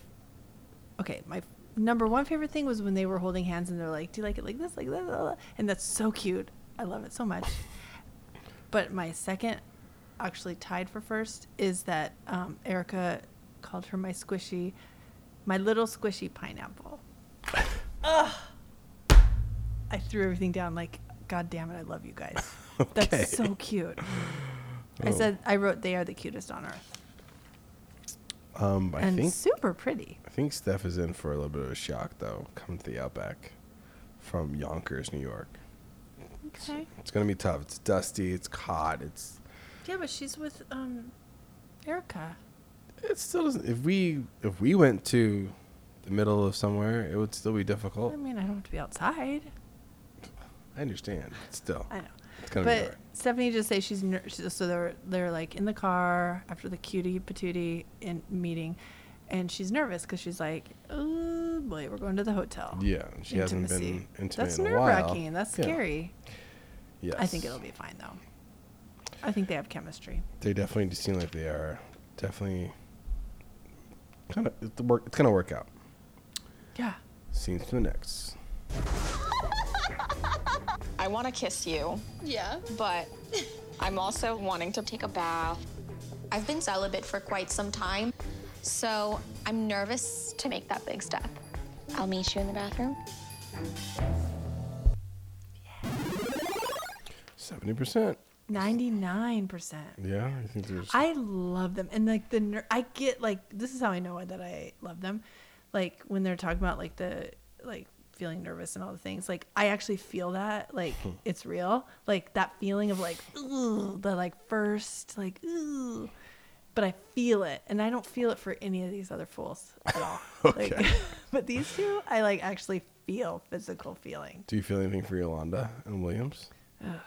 okay, my number one favorite thing was when they were holding hands and they're like, "Do you like it like this, like that?" blah, blah," And that's so cute. I love it so much. but my second, actually tied for first, is that um, Erica called her my squishy, my little squishy pineapple. Ugh. I threw everything down like, God damn it, I love you guys. Okay. That's so cute. I Oh. said I wrote they are the cutest on earth. Um, I and think super pretty. I think Steph is in for a little bit of a shock though, coming to the Outback from Yonkers, New York. Okay. It's gonna be tough. It's dusty. It's hot. It's Yeah, but she's with um Erica. it still doesn't. If we if we went to the middle of somewhere, it would still be difficult. I mean, I don't have to be outside. I understand. but Still, I know. It's But gonna be hard. Stephanie just say she's ner- she- so they're they're like in the car after the cutie patootie in meeting, and she's nervous because she's like, oh boy, we're going to the hotel. Yeah, and she hasn't been Intimacy. intimate That's in a while. nerve-wracking. That's Yeah. scary. Yes. I think it'll be fine though. I think they have chemistry. They definitely do seem like they are definitely kind of it's work. It's gonna work out. Yeah. Scenes to the next. I want to kiss you. Yeah. But I'm also wanting to take a bath. I've been celibate for quite some time, so I'm nervous to make that big step. I'll meet you in the bathroom. Seventy percent. Ninety nine percent. Yeah, I think there's. I love them, and like the ner- I get like this is how I know that I love them, like when they're talking about like the like feeling nervous and all the things. Like I actually feel that like Hmm. it's real, like that feeling of like ooh the like first like ooh, but I feel it, and I don't feel it for any of these other fools at all. Okay. Like, but these two, I like actually feel physical feeling. Do you feel anything for Yolanda and Williams? Ugh.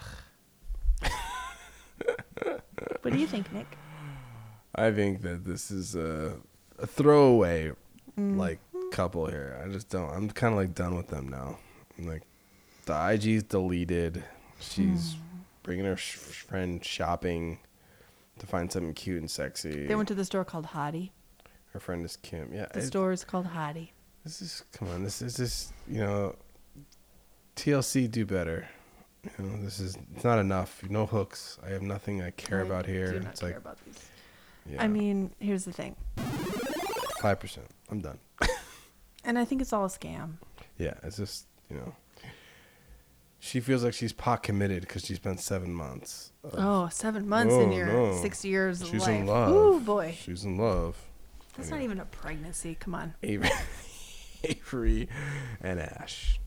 what do you think, Nick? I think that this is a, a throwaway Mhm. like couple here. I just don't. I'm kind of like done with them now. I'm like the IG's deleted. Hmm. She's bringing her sh- friend shopping to find something cute and sexy. They went to the store called Hottie. her friend is Kim. Yeah, The it- store is called Hottie. This is come on. This is just you know TLC do better. You know, this is it's not enough. No hooks. I have nothing I care about here. do not it's care like about these. Yeah. I mean, here's the thing, five percent. I'm done. and I think it's all a scam. Yeah, it's just you know, she feels like she's pot committed because she spent seven months. of- Oh, seven months in your six years of She's in life. love. Ooh, boy. she's in love. That's not even a pregnancy. Come on. Avery, Avery, and Ash.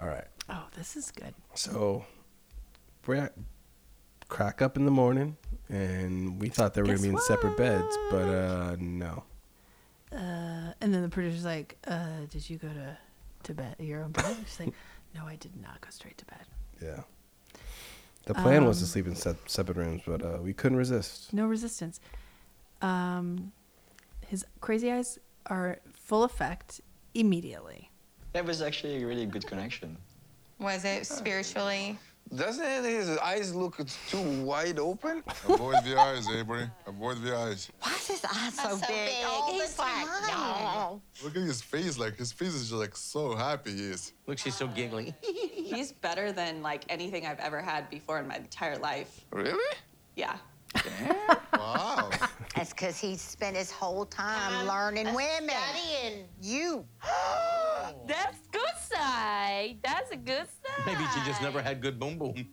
All right. Oh, this is good. So, we're crack up in the morning, and we thought they were gonna Guess be in separate beds, but uh, no. Uh, and then the producer's like, uh, "Did you go to to bed? Your own bed?" She's like, "No, I did not go straight to bed. Yeah. The plan was to Um, sleep in se- separate rooms, but uh, we couldn't resist. No resistance." Um, his crazy eyes are full effect immediately. That was actually a really good connection. Was it spiritually? Doesn't his eyes look too wide open? Avoid the eyes, Avery. Avoid the eyes. Why is his eyes so so, big? big? Oh, all the He's like, time? no. Look at his face. Like his face is just like so happy he is. Look, she's so giggly. He's better than like anything I've ever had before in my entire life. Really? Yeah. Wow. That's because he spent his whole time learning uh, women. studying. You. That's good side. That's a good side. Maybe she just never had good boom boom.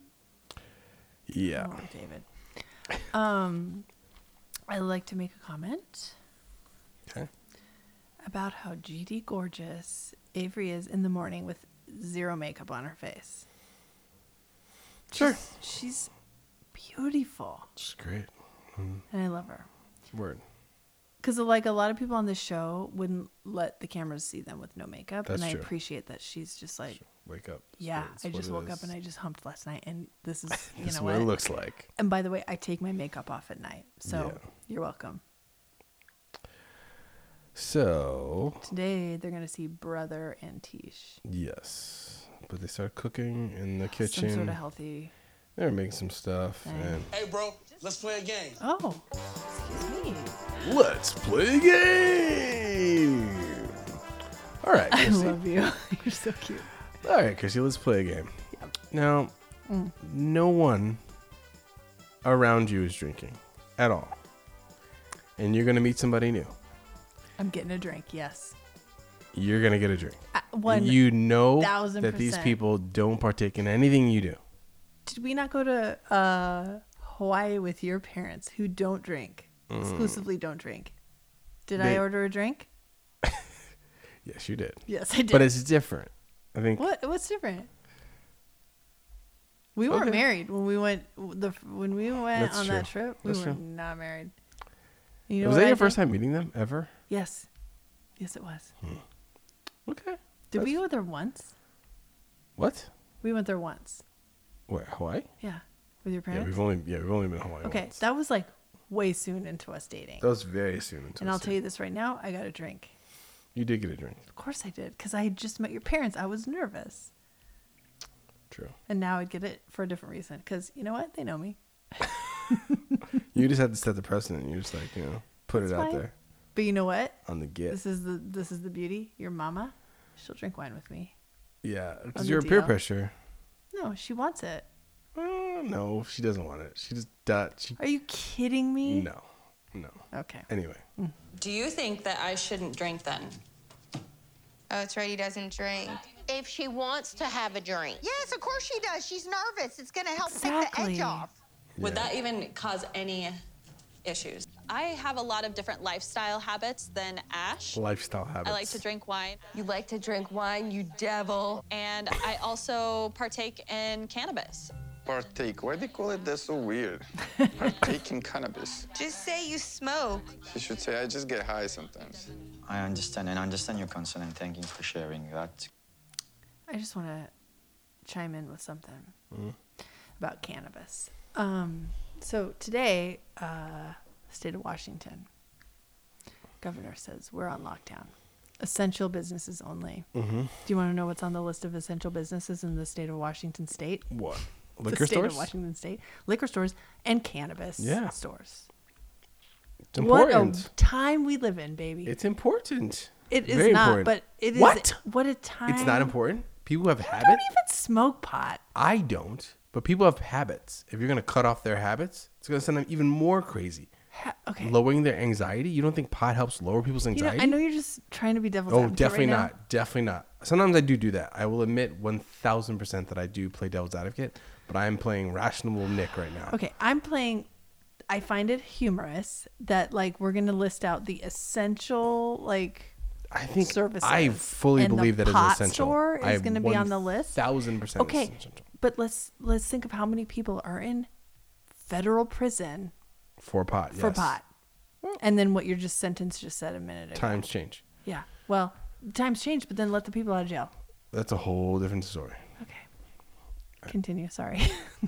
Yeah. Oh, David. Um, I like to make a comment. Okay. About how GD gorgeous Avery is in the morning with zero makeup on her face. Sure. She's beautiful, She's great. Mm, and I love her. Word. Because like a lot of people on this show wouldn't let the cameras see them with no makeup, That's and I true. appreciate that she's just like, Wake up. yeah, It's I what just it woke is. up and I just humped last night, and this is you This is know what it looks like. And by the way, I take my makeup off at night, so you're welcome. So Today they're gonna see brother and Tish. yes, but they start cooking in the Some kitchen. sort of healthy. They're making some stuff Thing. and Hey, bro, let's play a game. Oh, excuse me. let's play a game. All right, I Chrissy. love you. You're so cute. All right, Chrissy, let's play a game. Now, Mm. no one around you is drinking at all, and you're gonna meet somebody new. I'm getting a drink. Yes. You're gonna get a drink. Uh, one you know thousand that these percent. people don't partake in anything you do. Did we not go to uh, Hawaii with your parents who don't drink? Mm. Exclusively don't drink. Did They- I order a drink? Yes, you did. Yes, I But did. it's different. I think What what's different? We weren't Okay. married when we went the when we went That's on that true. trip. We That's were true. not married. You know was what that I your first did? time meeting them ever? Yes, yes, it was. Hmm. Okay. Did we go there once? What? We went there once. Wait, Hawaii? Yeah, with your Yeah, parents. we've only yeah we've only been to Hawaii. okay, once. that was like way soon into us dating. That was very soon. Into and I'll tell you this right now, I got a drink. you did get a drink. Of course I did, because I had just met your parents. I was nervous. True. And now I'd get it for a different reason, because you know what? They know me. You just had to set the precedent. You just like you know put It's it out fine. there But you know what? on the get. This is the this is the beauty. Your mama, she'll drink wine with me. yeah, on because the you're peer DL. pressure. No, she wants it. Uh, no, she doesn't want it. She just dot. She Are you kidding me? no, no. Okay. Anyway, Do you think that I shouldn't drink then? Oh, it's right. He doesn't drink. If she wants to have a drink. Yes, of course she does. She's nervous. It's going to help take the edge Exactly. off. Would that even cause any issues? I have a lot of different lifestyle habits than Ash. lifestyle habits. I like to drink wine. You like to drink wine, you devil. And I also partake in cannabis. Partake. Why they call it that so weird? Partake in cannabis. Just say you smoke. You should say I just get high sometimes. I understand and I understand your concern and thank you for sharing that. I just want to chime in with something Mm. Mhm. about cannabis. Um, so today, uh, state of Washington, governor says we're on lockdown, essential businesses only. Mhm. Do you want to know what's on the list of essential businesses in the state of Washington State? What? the Liquor state stores? of Washington State, liquor stores and cannabis Yeah. stores. It's important. What a time we live in, baby. It's important. It is Very not, important. but it is What? what a time. It's not important. People have I habits. don't even smoke pot. I don't, but people have habits. If you're gonna cut off their habits, it's gonna send them even more crazy. okay. Lowering their anxiety. You don't think pot helps lower people's You know, anxiety? I know you're just trying to be devil's Oh, advocate. definitely right now. not. Definitely not. Sometimes I do do that. I will admit 1000% that I do play devil's advocate, but I'm playing rational Nick right now. Okay, I'm playing. I find it humorous that like we're gonna list out the essential like. I think services. I fully and the believe that is pot essential. Store I is going to be on the list. 1000% Okay, it's but let's let's think of how many people are in federal prison For pot. for Uh, yes. pot, and then what your just sentence just said a minute ago. Times change. Yeah. Well, times change, but then let the people out of jail. That's a whole different story. Uh, Continue. Sorry.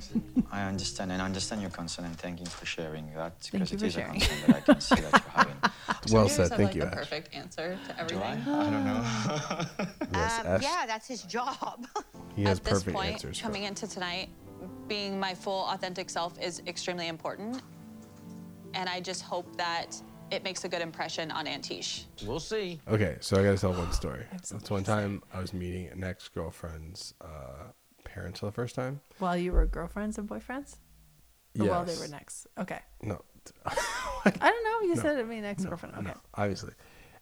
I understand and understand your concern and thank you for sharing that because you it for is a sharing. concern that I can see that you're having. well you said. have, Thank like, you. The Ash. perfect answer to everything. I don't know. Yes, Um, Ash. yeah, that's his job. He has At this perfect point, answers. coming into tonight, being my full authentic self is extremely important, and I just hope that it makes a good impression on Antiche. We'll see. Okay, so I gotta tell one story. That's one time I was meeting an ex girlfriend's uh, parents for the first time. while you were girlfriends and boyfriends, or while Oh, they Yes. were next. Okay. No, I don't know. You No. said it mean ex girlfriend. okay. obviously.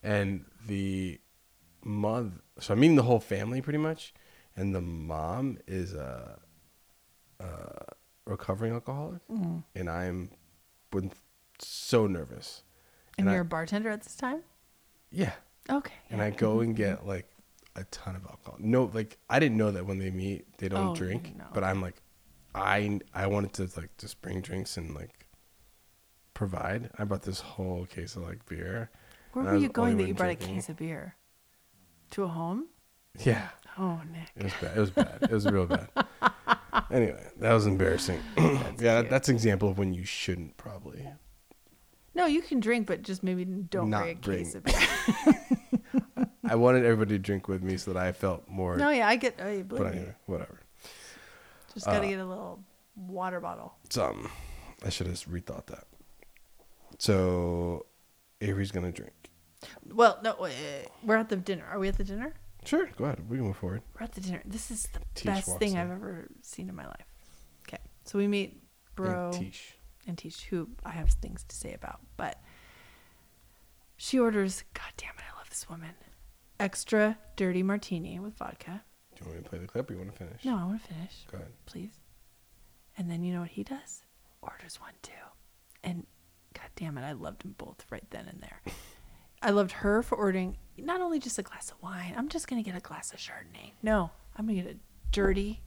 And the mom, so I'm meeting the whole family pretty much, and the mom is a, a recovering alcoholic, Mm. and I'm been so nervous. And, I- you're a bartender at this time. yeah. Okay. And I go and get like a ton of alcohol. No, like I didn't know that when they meet they don't Oh, you drink, didn't know. but I'm like, I I wanted to like just bring drinks and like provide. I brought this whole case of like beer. Where and I were was you the only going that one you brought drinking. a case of beer? To a home? Yeah. Oh, Nick. It was bad. It was bad. It was real bad. Anyway, that was embarrassing. yeah, that's an example of when you shouldn't probably. No, you can drink, but just maybe don't Not bring a bring- case of beer. I wanted everybody to drink with me so that I felt more. no, yeah, I get. I believe but you. anyway, whatever. Just gotta Uh, get a little water bottle. Some. I should have rethought that. So, Avery's gonna drink. Well, no, wait, we're at the dinner. Are we at the dinner? Sure, go ahead. We can move forward. We're at the dinner. This is the Teach best walks thing in. I've ever seen in my life. Okay, so we meet Bro And Tish. and Tish, who I have things to say about, but she orders. God damn it, I love this woman. Extra dirty martini with vodka. Do you want me to play the clip? Or you want to finish? No, I want to finish. Go ahead. Please. And then you know what he does? Orders one too. And god damn it, I loved them both right then and there. I loved her for ordering not only just a glass of wine, I'm just gonna get a glass of Chardonnay. No, I'm gonna get a dirty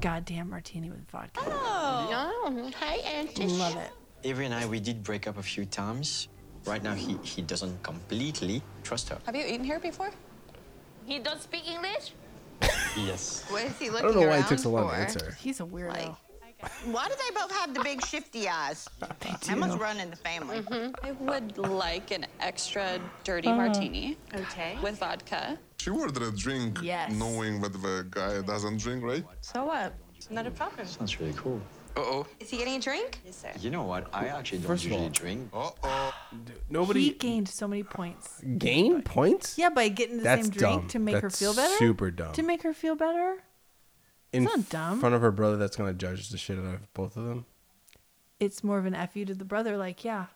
goddamn martini with vodka. Oh. No, hi, Auntie. Love it. Avery and I we did break up a few times. Right now he, he doesn't completely trust her. Have you eaten here before? He don't speak English? Yes. What is he I don't know why it took so long to answer. He's a weirdo. Why do they both have the big shifty eyes? Emma's do. running the family. Mm-hmm. I would like an extra dirty Uh, martini. Okay. With vodka. She ordered a drink Yes. knowing that the guy doesn't drink, right? So what? Not a problem. Sounds really cool. Uh oh. Is he getting a drink? Yes, sir. You know what? I actually don't First of usually all- drink. Uh oh. He Nobody gained so many points. gain points. Yeah, by getting the That's same drink dumb. to make her That's feel better. super dumb. To make her feel better. In not dumb. front of her brother, that's gonna judge the shit out of both of them. It's more of an F you to the brother, like, yeah,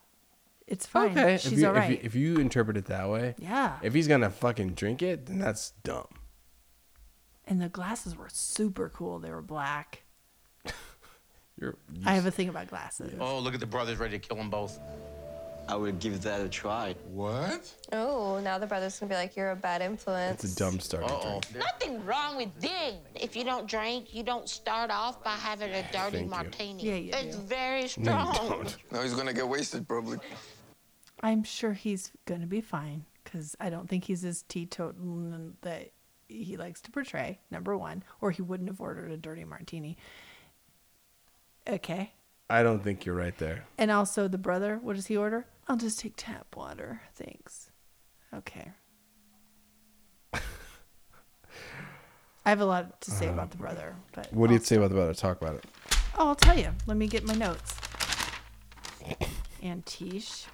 it's fine. Okay, if She's you, all right. If you, if you interpret it that way, Yeah. If he's gonna fucking drink it, then that's dumb. and the glasses were super cool. They were black. You're, I have a thing about glasses. Oh, look at the brothers ready to kill them both. I will give that a try. What? Oh, now the brother's gonna be like, you're a bad influence. It's a dumb starting Uh-oh. drink. Nothing wrong with dig. If you don't drink, you don't start off by having a dirty Thank you. martini. Yeah, you it's do. very strong. No, he's gonna get wasted probably. I'm sure he's gonna be fine because I don't think he's as teetotal that he likes to portray. Number one, or he wouldn't have ordered a dirty martini. Okay. I don't think you're right there. And also the brother, what does he order? I'll just take tap water, thanks. Okay. I have a lot to say about the brother, but What do you say about the brother? Talk about it. Oh, I'll tell you. Let me get my notes. Antiche.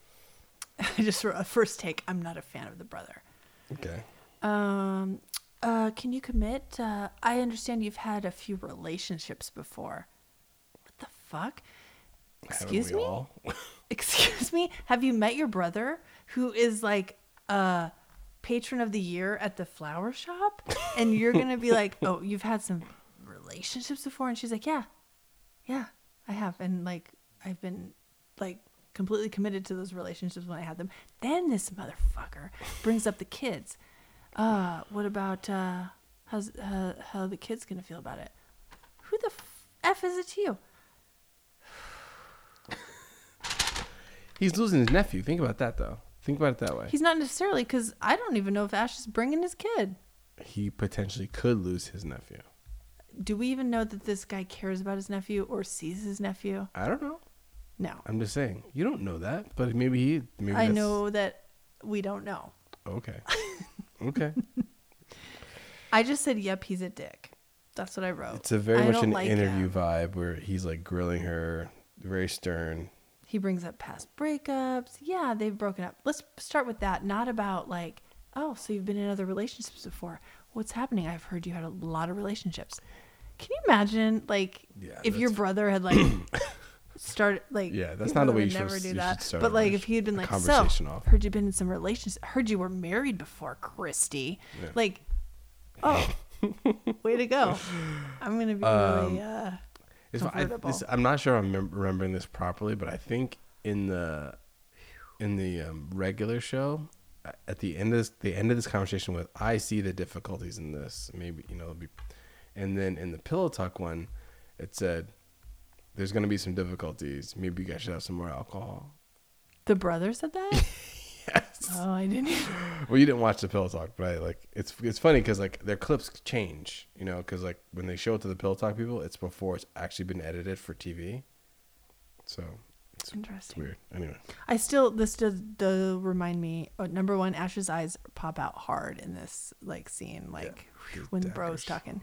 I just wrote a first take. I'm not a fan of the brother. Okay. Um, uh, can you commit? Uh, I understand you've had a few relationships before. What the fuck? Haven't Excuse we me? all? Excuse me? Have you met your brother who is like a patron of the year at the flower shop? And you're going to be like, oh, you've had some relationships before? And she's like, yeah, yeah, I have. And like, I've been like completely committed to those relationships when I had them. Then this motherfucker brings up the kids. Uh, what about, uh, how's, uh, how the kids going to feel about it? Who the f-, f is it to you? He's losing his nephew. Think about that, though. Think about it that way. He's not necessarily because I don't even know if Ash is bringing his kid. he potentially could lose his nephew. Do we even know that this guy cares about his nephew or sees his nephew? I don't know. No, I'm just saying. You don't know that, but maybe he. Maybe I that's- know that we don't know. Okay. Okay. I just said, "Yep, he's a dick." That's what I wrote. It's a very I much don't an like interview him. vibe where he's like grilling her, very stern. He brings up past breakups. Yeah, they've broken up. Let's start with that. Not about like, oh, so you've been in other relationships before. What's happening? I've heard you had a lot of relationships. Can you imagine, like, if your brother had like started, like, Yeah, that's he not the would way you should- never you do should that. start but a like, rela- if he had been a like, so conversation off." heard you've been in some relations, heard you were married before, Christy. Yeah. Like, oh, way to go! I'm gonna be really. Uh, Um, It's, I, comfortable. this, I'm not sure I'm mem- remembering this properly, but I think in the in the um, regular show, a- at the end of this, the end of this conversation with, I see the difficulties in this. Maybe you know, it'll be, and then in the pillow talk one, it said, "There's going to be some difficulties. Maybe you guys should have some more alcohol." the brother said that. yes. Oh, I didn't. even- Well, you didn't watch the pillow talk, but I like it's it's funny because like their clips change, you know, because like when they show it to the pillow talk people, it's before it's actually been edited for TV. So it's, it's Interesting. weird. Anyway, I still this does, does remind me. uh, Number one, Ash's eyes pop out hard in this like scene, like whew, when bro's talking,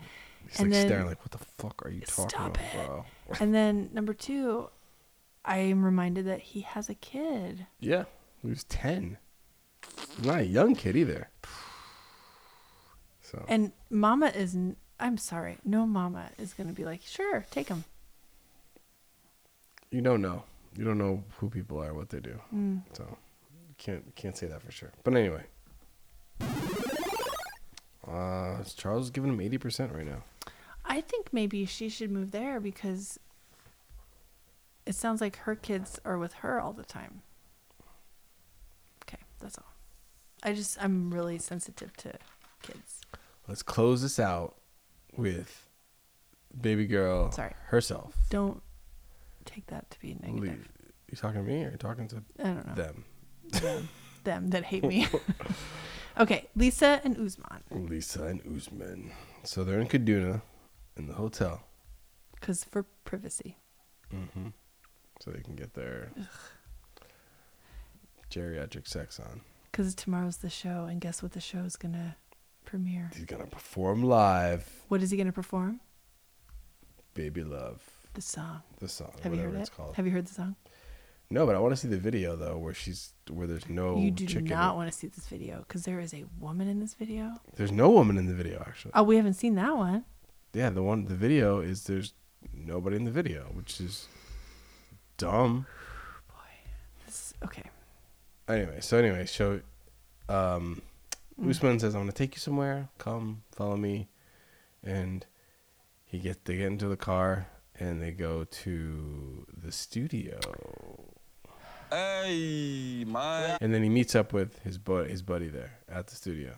he's like staring like, "What the fuck are you talking stop about, bro?" it. and then number two, I am reminded that he has a kid. Yeah, he was ten. He's Not a young kid either. So And Mama is. n- I'm sorry, no Mama is gonna be like, sure, take him. you don't know. You don't know who people are, what they do. Mm. So can't can't say that for sure. But anyway, uh, Charles is giving him eighty percent right now. I think maybe she should move there because it sounds like her kids are with her all the time. Okay, that's all. I just I'm really sensitive to kids. Let's close this out with baby girl Sorry. Oh, herself. Don't take that to be negative. Lee- You talking to me or you talking to I don't know. them? Them, them that hate me. okay, Lisa and Uzman Lisa and Usman. So they're in Kaduna in the hotel. cuz for privacy. Mm-hmm. So they can get their geriatric sex on. Cuz tomorrow's the show and guess what the show is going to premiere? He's gonna perform live, What is he going to perform? Baby Love, The song. the song, Have you whatever heard it's it? called. Have you heard the song? no, but I want to see the video though, where she's where there's no you do chicken. not want to see this video because there is a woman in this video. There's no woman in the video actually. Oh, we haven't seen that one. Yeah, the one the video is there's nobody in the video, which is dumb. This- okay. Anyway, so anyway, so um Hmm. Usman says, I'm gonna take you somewhere, come, follow me and he get they get into the car and they go to the studio. Hey, my. And then he meets up with his bud his buddy there at the studio.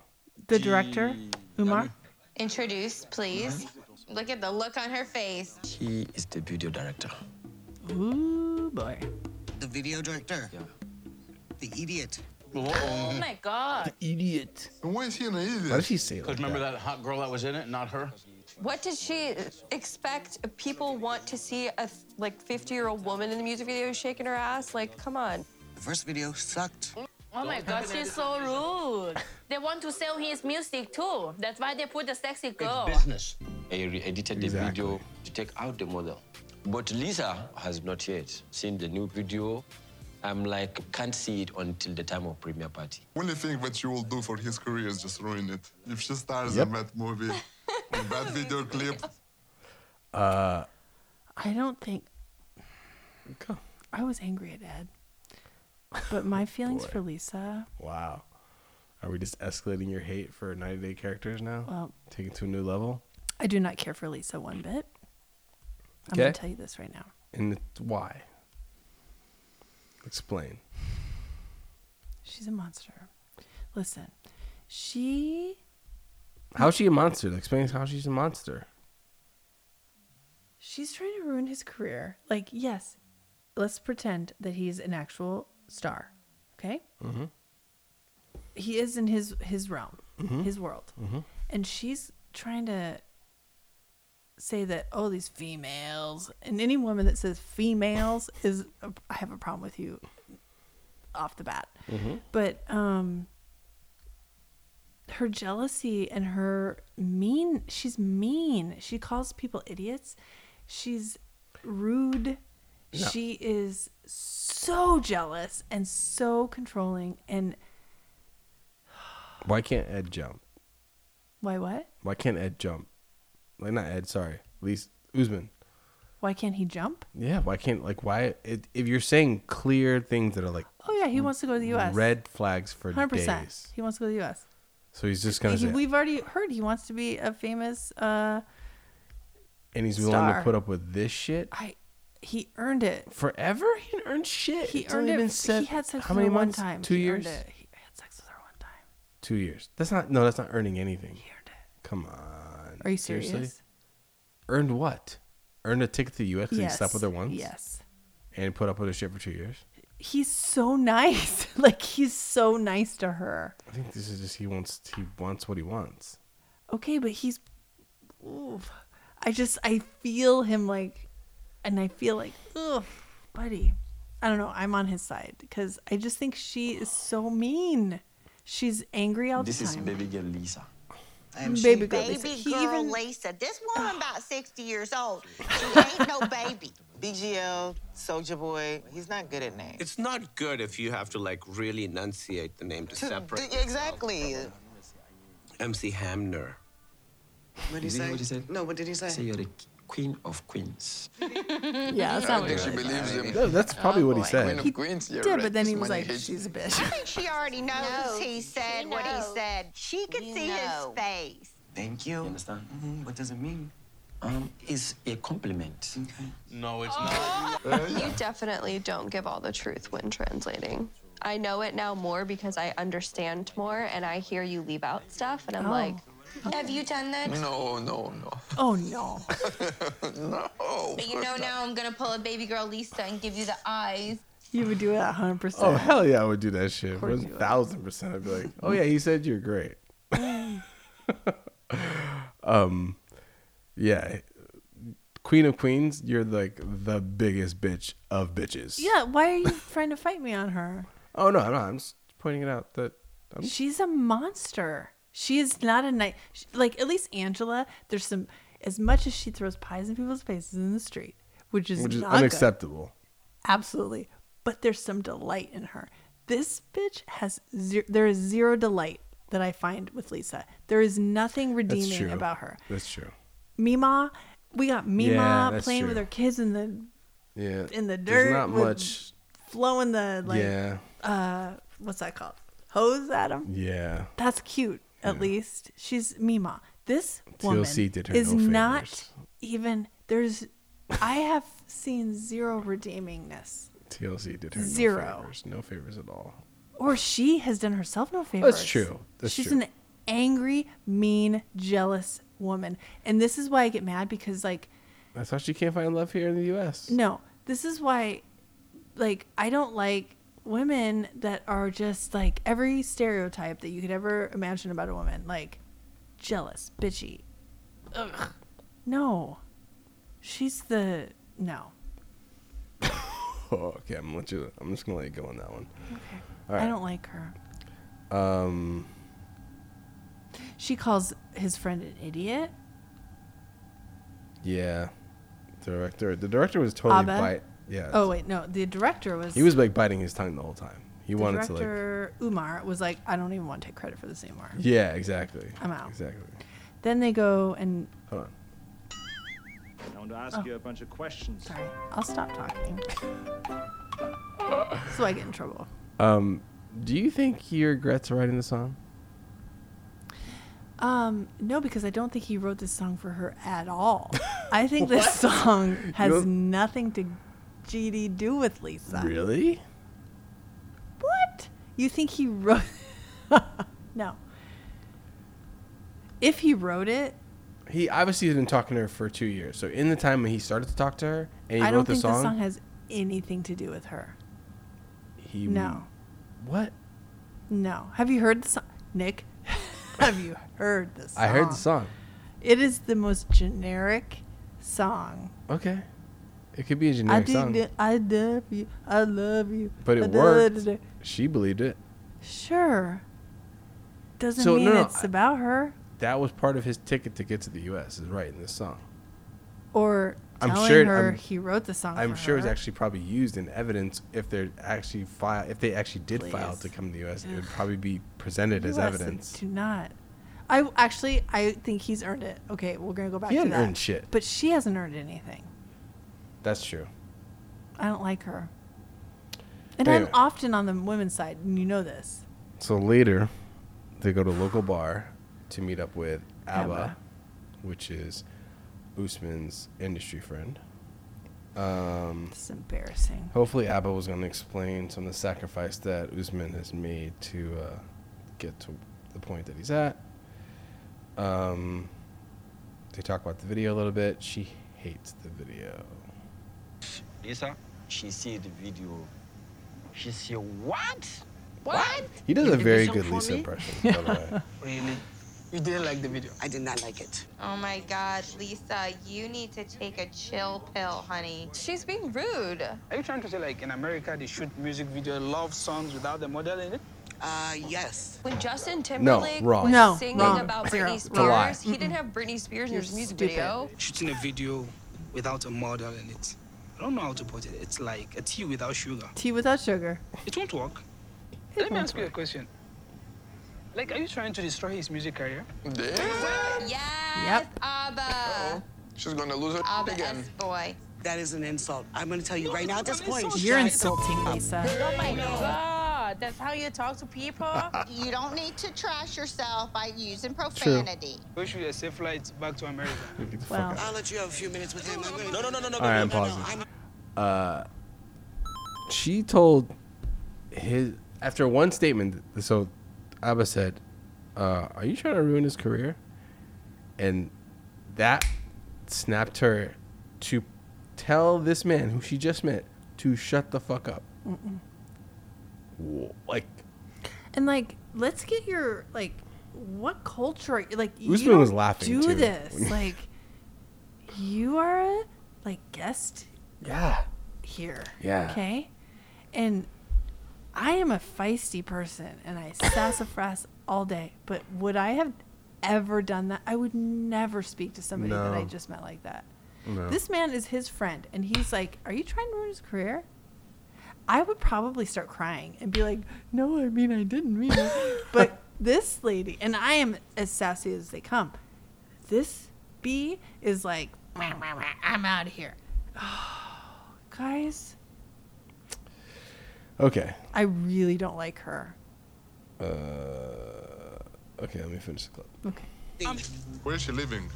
The director, Umar. Introduce, please. Look at the look on her face. He is the video director. Ooh, boy. The video director? Yeah. The idiot. Oh my god. Idiot. And why is he an idiot? Why did she say it Because like remember that? hot girl that was in it, not her? What did she expect? People want to see a like 50 year old woman in the music video shaking her ass? Like, come on. The first video sucked. Oh my god, she's so rude. They want to sell his music too. That's why they put the sexy girl. Business. I edited the video to take out the model. But Lisa has not yet seen the new video. I'm like, can't see it until the time of premiere party. Only thing that you will do for his career is just ruin it. If she stars Yep. in that movie, in that video clip, Uh, I don't think. I was angry at Ed, but my feelings for Lisa. wow. Are we just escalating your hate for 90 Day characters now? Well- Take it to a new level? I do not care for Lisa one bit. I'm gonna Okay. tell you this right now. And it's why? Explain. She's a monster. Listen, she Mm. How's she a monster? Explain how she's a monster. she's trying to ruin his career. Like, yes, let's pretend that he's an actual star. Okay? Mm-hmm. He is in his his realm, Mhm. his world. Mhm. And she's trying to say that oh these females and any woman that says females is I have a problem with you off the bat. Mhm. But um her jealousy and her mean she's mean. She calls people idiots. She's rude. No. She is so jealous and so controlling and Why can't Ed jump? why what? Why can't Ed jump? Like not Ed, sorry. Least Usman. Why can't he jump? Yeah, why can't like why it, if you're saying clear things that are like Oh yeah, he wants to go to the US. red flags for 100%. days. He wants to go to the US. So he's just gonna He- say, we've already heard he wants to be a famous uh and he's willing to star. put up with this shit. I he earned it. Forever? He didn't earn shit. He It's earned only it. been he seven- had sex how with many her one months? time. Two He earned years? it. He had sex with her one Two years. That's not no. That's not earning anything. Come on. Are you serious? Earned what? Earned a ticket to the U.S. because he Yes. slept with her once. Yes. And put up with her shit for two years. He's so nice. like he's so nice to her. I think this is just he wants he wants what he wants. Okay, but he's oof. I just I feel him like and I feel like ugh, buddy. I don't know, I'm on his side because I just think she is so mean. She's angry all This the is time. baby girl Lisa. baby girl. baby Lisa. He girl even Lisa. This woman about 60 years old. She ain't no baby. BGL, Soldier Boy, he's not good at names. It's not good if you have to like really enunciate the name to To- separate. th- exactly. MC Hamner. What did he say? What he said? No, what did he say? Say you're the queen of queens. Yeah, that's not what think it she was. believes him. No, that's probably what he said. Oh, He did, but then he was like, she's a bitch. I think she already knows he said what he knows. said. She could You see know. his face. Thank you. understand? Mhm, What does it mean? Um, it's a compliment. No, it's You definitely don't give all the truth when translating. I know it now more because I understand more and I hear you leave out stuff and I'm Oh. like, Have you done that? No, no, no. Oh no. no. But you know now I'm gonna pull a baby girl Lisa and give you the eyes. You would do that 100%. Oh hell yeah, I would do that shit. course One thousand percent. I'd be like, oh yeah, he said you're great. um, yeah, Queen of Queens, you're like the biggest bitch of bitches. Yeah, why are you trying to fight me on her? Oh no, no, I'm just pointing it out that I'm, She's a monster. She is not a nice. Like at least Angela, there's some. As much as she throws pies in people's faces in the street, which is which is not good. unacceptable. absolutely. But there's some delight in her. This bitch has zero. There is zero delight that I find with Lisa. There is nothing That's redeeming true about her. That's true. Mima, we got Mima Yeah, that's playing with true. her kids in the Yeah, in the dirt. There's not with much. Flowing the like. Yeah. Uh, what's that called? Hose at him. Yeah, That's cute. At least she's Mima. This woman TLC did her is no not even. There's. I have seen zero redeemingness, TLC did her Zero. no favors, no favors at all. or she has done herself no favors. That's true. That's she's true. an angry, mean, jealous woman, and this is why I get mad because like That's why she can't find love here in the U.S. No, this is why, like, I don't like women that are just like every stereotype that you could ever imagine about a woman, like jealous, bitchy. Ugh. No, she's the no. Oh, okay, I'm gonna let you. I'm just gonna let you go on that one. Okay. All right. I don't like her. Um. She calls his friend an idiot. Yeah. Director. The director was totally Abba? biased. Yeah. Oh wait, no. The director was. He was like biting his tongue the whole time. He the wanted to like. director Umar was like, I don't even want to take credit for this anymore. Yeah, exactly. I'm out. Exactly. Then they go and Hold on. I want to ask Oh. you a bunch of questions. I'll stop talking. so I get in trouble. Um, do you think he regrets writing the song? Um, no, because I don't think he wrote this song for her at all. I think this song has don't- nothing to GD do with Lisa. Really? What? You think he wrote? no. If he wrote it, He obviously has been talking to her for two years. So in the time when he started to talk to her and he I don't wrote the think song, this song has anything to do with her. he no. What? No. Have you heard the song, Nick? Have you heard the song? I heard the song. It is the most generic song. Okay. It could be a I generic did. song, it- I love you. I love you. but I it da- worked. da- da- She believed it. Sure. Doesn't So, mean no, no, it's about her That was part of his ticket to get to the U.S. Is writing this song. or I'm telling sure- her I'm- he wrote the song. I'm for sure it's her. actually probably used in evidence if they're actually file if they actually did file Please. to come to the U.S. It would probably be presented as US evidence. Do not. I actually I think he's earned it. Okay, we're gonna go back He to hasn't that. earned shit. But she hasn't earned anything. That's true. I don't like her. And Anyway. I'm often on the women's side, and you know this. So later, they go to a local bar to meet up with Abba, Abba. which is Usman's industry friend. Um, It's embarrassing. Hopefully, Abba was going to explain some of the sacrifice that Usman has made to uh, get to the point that he's at. Um, they talk about the video a little bit. She hates the video. Lisa, she see the video. She see what? What? He does You a did the very song good for Lisa me? impression, by the way. Really? You didn't like the video. I did not like it. Oh my God, Lisa, you need to take a chill pill, honey. She's being rude. Are you trying to say like in America they shoot music video, love songs without the model in it? Uh, yes. When Justin No, Timberlake wrong. was No, singing wrong. about Zero. Britney It's a lie. Spears, he didn't have Britney Spears in You're his music stupid. video. Shooting a video without a model in it. I don't know how to put it. It's like a tea without sugar. Tea without sugar. It won't work. It Let me won't ask you a question. Like, are you trying to destroy his music career? Yep. Abba. She's gonna lose her again. Boy. That is an insult. I'm going to tell you right now at this point. You're insulting Lisa. Oh my God. That's how you talk to people. you don't need to trash yourself by using profanity. Wish you a safe flight back to America. Well. I'll let you have a few minutes with him. I'm gonna... No, no, no, no, no. All right, I'm pausing. Uh, she told his after one statement. So Abba said, uh, "Are you trying to ruin his career?" And that snapped her to tell this man who she just met to shut the fuck up. Mm-mm. Whoa, like And like, let's get your like, what culture? Are you, like, you Usman was don't laughing, Do too. this, like, you are a like guest. Yeah. Here. Yeah. Okay. And I am a feisty person, and I sassafras all day. But would I have ever done that? I would never speak to somebody that I No. just met like that. No. This man is his friend, and he's like, "Are you trying to ruin his career?" I would probably start crying and be like, "No, I mean I didn't mean it." but this lady, and I am as sassy as they come. This bee is like, "Wah, wah, wah, "I'm out of here." Guys, okay. I really don't like her. Uh, okay, let me finish the clip. Um, Where is she living?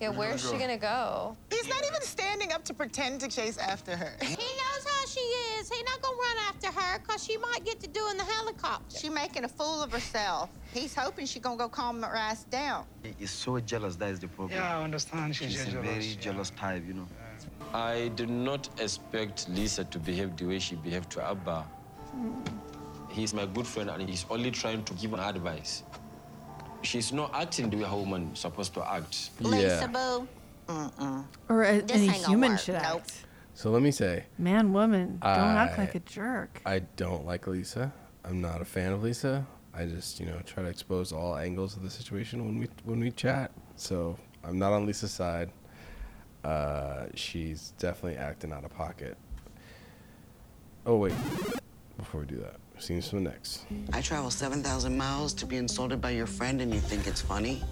Yeah, where's she gonna go? He's not even standing up to pretend to chase after her. He knows how she is. He not gonna run after her because she might get to doing the helicopter. She making a fool of herself. He's hoping she gonna go calm her ass down. He is so jealous. That is the problem. Yeah, I understand. She's, She's a jealous. very jealous type, you know. I did not expect Lisa to behave the way she behaved to Abba. He's my good friend and he's only trying to give an advice. She's not acting the way a woman supposed to act. Lisa Boo. Mm-mm. Or a, This any ain't gonna human work. should Nope. act. So let me say, Man, woman, don't act I- like a jerk. I don't like Lisa. I'm not a fan of Lisa. I just, you know, try to expose all angles of the situation when we when we chat. So I'm not on Lisa's side. uh, she's definitely acting out of pocket. Oh wait, before we do that, scenes from the next. I travel 7,000 miles to be insulted by your friend and you think it's funny?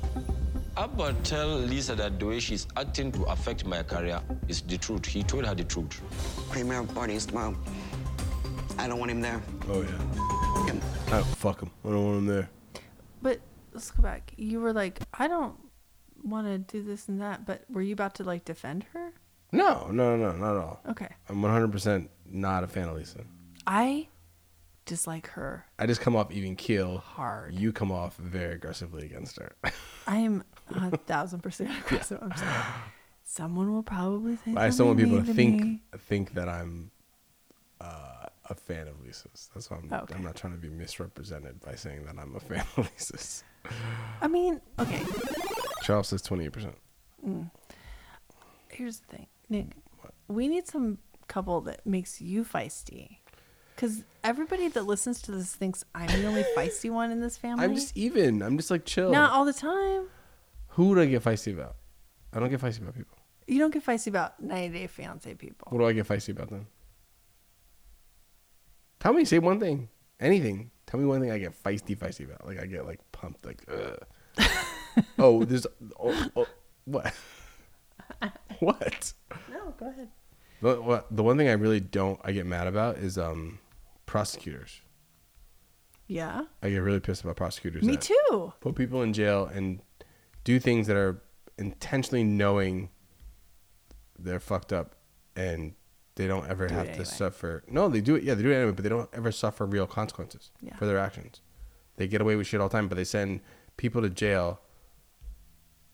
Abba tell Lisa that the way she's acting to affect my career is the truth. He told her the truth. Premier parties tomorrow. I don't want him there. Oh yeah. Oh fuck him. I don't want him there. But let's go back. You were like, I don't want to do this and that, but were you about to like defend her? No, no, no, not at all. Okay. I'm 100% not a fan of Lisa. I dislike her. I just come off even keel. Hard. You come off very aggressively against her. I am a thousand percent aggressive. I'm sorry. Someone will probably think. I just don't want people to think Me. think that I'm uh, a fan of Lisa's. That's why I'm, Oh, Okay. I'm not trying to be misrepresented by saying that I'm a fan of Lisa's. I mean, okay. Charles says 28%. Mm. Here's the thing, Nick. We need some couple that makes you feisty, because everybody that listens to this thinks I'm the only feisty one in this family. I'm just even. I'm just like chill. Not all the time. Who would I get feisty about? I don't get feisty about people. You don't get feisty about 90 Day Fiance people. What do I get feisty about then? Tell me, say one thing. Anything. Tell me one thing I get feisty, feisty about. Like I get like pumped, like. Ugh. oh, there's. Oh, oh, what? what? No, go ahead. The, what? The one thing I really don't, I get mad about is um, prosecutors. Yeah. I get really pissed about prosecutors. Me that too. Put people in jail and do things that are intentionally knowing they're fucked up and they don't ever Do it have to anyway. suffer. No, they do it. Yeah, they do it anyway, but they don't ever suffer real consequences Yeah. for their actions. They get away with shit all the time, but they send people to jail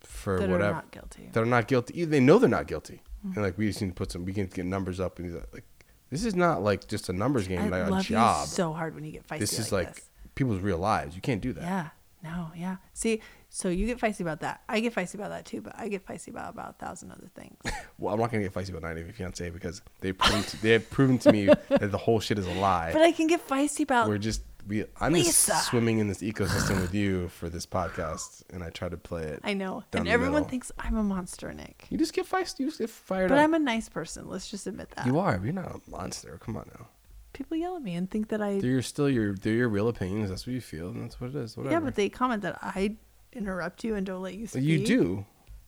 for That are whatever. not guilty. That are not guilty. They know they're not guilty. And like we just need to put some. We can get numbers up and like this is not like just a numbers game. I like love a job. you so hard when you get feisty. this is like, like people's real lives. You can't do that. Yeah. No, yeah. See, so you get feisty about that. I get feisty about that too, but I get feisty about about a thousand other things. Well, I'm not gonna get feisty about 90 Day Fiance because they proved they have proven to me that the whole shit is a lie. but I can get feisty about We're just we. I'm Lisa. just swimming in this ecosystem with you for this podcast, and I try to play it. I know. down and the everyone middle. thinks I'm a monster, Nick. You just get feisty, you just get fired But up. I'm a nice person. Let's just admit that. you are. You're not a monster. Come on now. People yell at me and think that I They're your, still your they're your real opinions. That's what you feel, and that's what it is. Whatever. Yeah, but they comment that I interrupt you and don't let you speak. you do.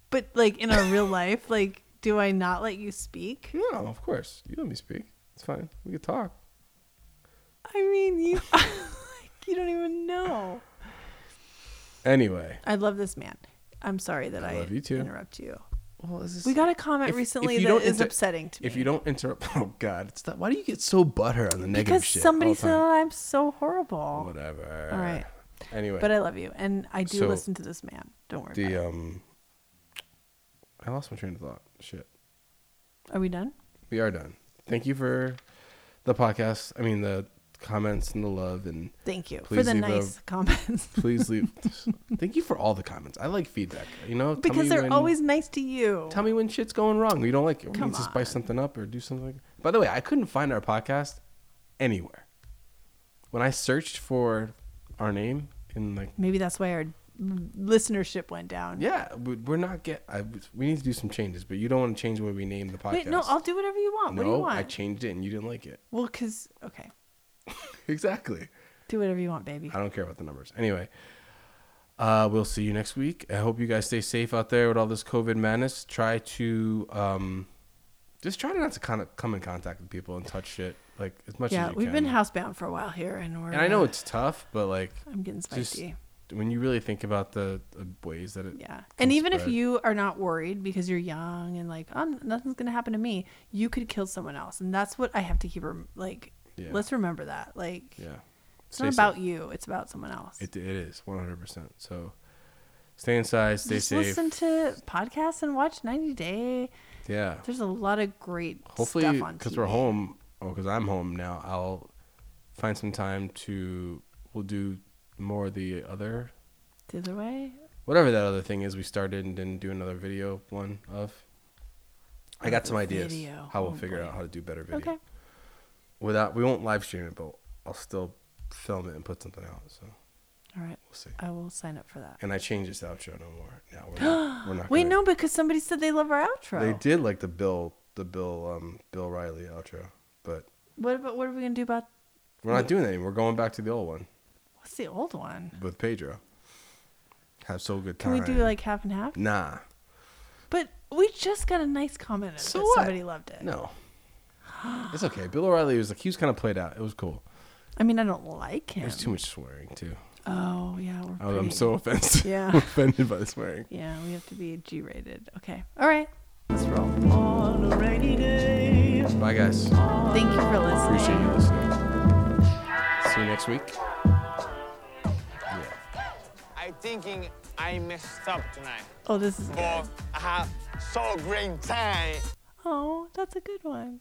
But like in our real life, like do I not let you speak? No, Oh, of course. You let me speak. It's fine. We can talk. I mean, you like, you don't even know. Anyway, I love this man. I'm sorry that I, love you too. interrupt you. Well, is we got a comment If- if recently you that don't is inter- upsetting to me If you don't interrupt, oh god, it's not, why do you get so butthurt on the negative because shit? somebody all the said time? I'm so horrible. Whatever. All right. Anyway. but I love you, and I do So, listen to this man. Don't worry. The um, I lost my train of thought. Shit, Are we done? we are done. Thank you for the podcast. I mean the comments and the love and Thank you for please the leave a- nice comments. please leave. Thank you for all the comments. I like feedback. You know, tell because me they're when- always nice to you. Tell me when shit's going wrong. We don't like it. We Come need to spice something up or do something. Like By the way, I couldn't find our podcast anywhere. When I searched for our name in like, Maybe that's why our listenership went down. yeah, we- we're not get. I, we need to do some changes, but you don't want to change the way we name the podcast. Wait, no, I'll do whatever you want. what do you No, want? I changed it and you didn't like it. well, because okay, Exactly. do whatever you want, baby. I don't care about the numbers. Anyway, uh, we'll see you next week. I hope you guys stay safe out there with all this COVID madness. Try to um, just try not to kind of come in contact with people and touch shit like as much yeah, as you we've can. been housebound for a while here, and we're. and I know uh, it's tough, but like I'm getting spicy. when you really think about the, the ways that it Yeah. can And even if spread. you are not worried because you're young and like, oh, nothing's going to happen to me, you could kill someone else. And that's what I have to keep, rem- like, Yeah. let's remember that. Like, yeah it's Stay not safe. about you, it's about someone else. it, it is 100 percent so stay inside stay Just safe listen to podcasts and watch 90 Day. yeah There's a lot of great hopefully stuff on because TV. we're home or because i'm home now i'll find some time to we'll do more of the other The other way? whatever that other thing is we started and didn't do another video one of i got some ideas Video. how we'll Oh, figure out how to do better video Okay. without we won't live stream it but i'll still film it and put something out so All right. We'll see. I will sign up for that. And I changed this outro no more. Now we're not, we're not Wait, gonna- no, because somebody said they love our outro. They did like the Bill the Bill um Bill Riley outro, but What about what are we gonna do about we're not doing that anymore. We're going back to the old one what's the old one? with Pedro. Have so good Can time. we do like half and half? Nah. But we just got a nice comment. So that Somebody loved it. No. It's okay. Bill O'Reilly was like he was kind of played out. It was cool. I mean, I don't like him. There's too much swearing too. Oh yeah, we're I was- I'm pretty- so offended. Yeah. offended by the swearing. Yeah, we have to be G-rated. Okay. All right. Let's roll. On a rainy day. Bye guys. Thank you for listening. Appreciate you listening. See you next week. I thinking I messed up tonight. Oh, this is But I have so great time. Oh, that's a good one.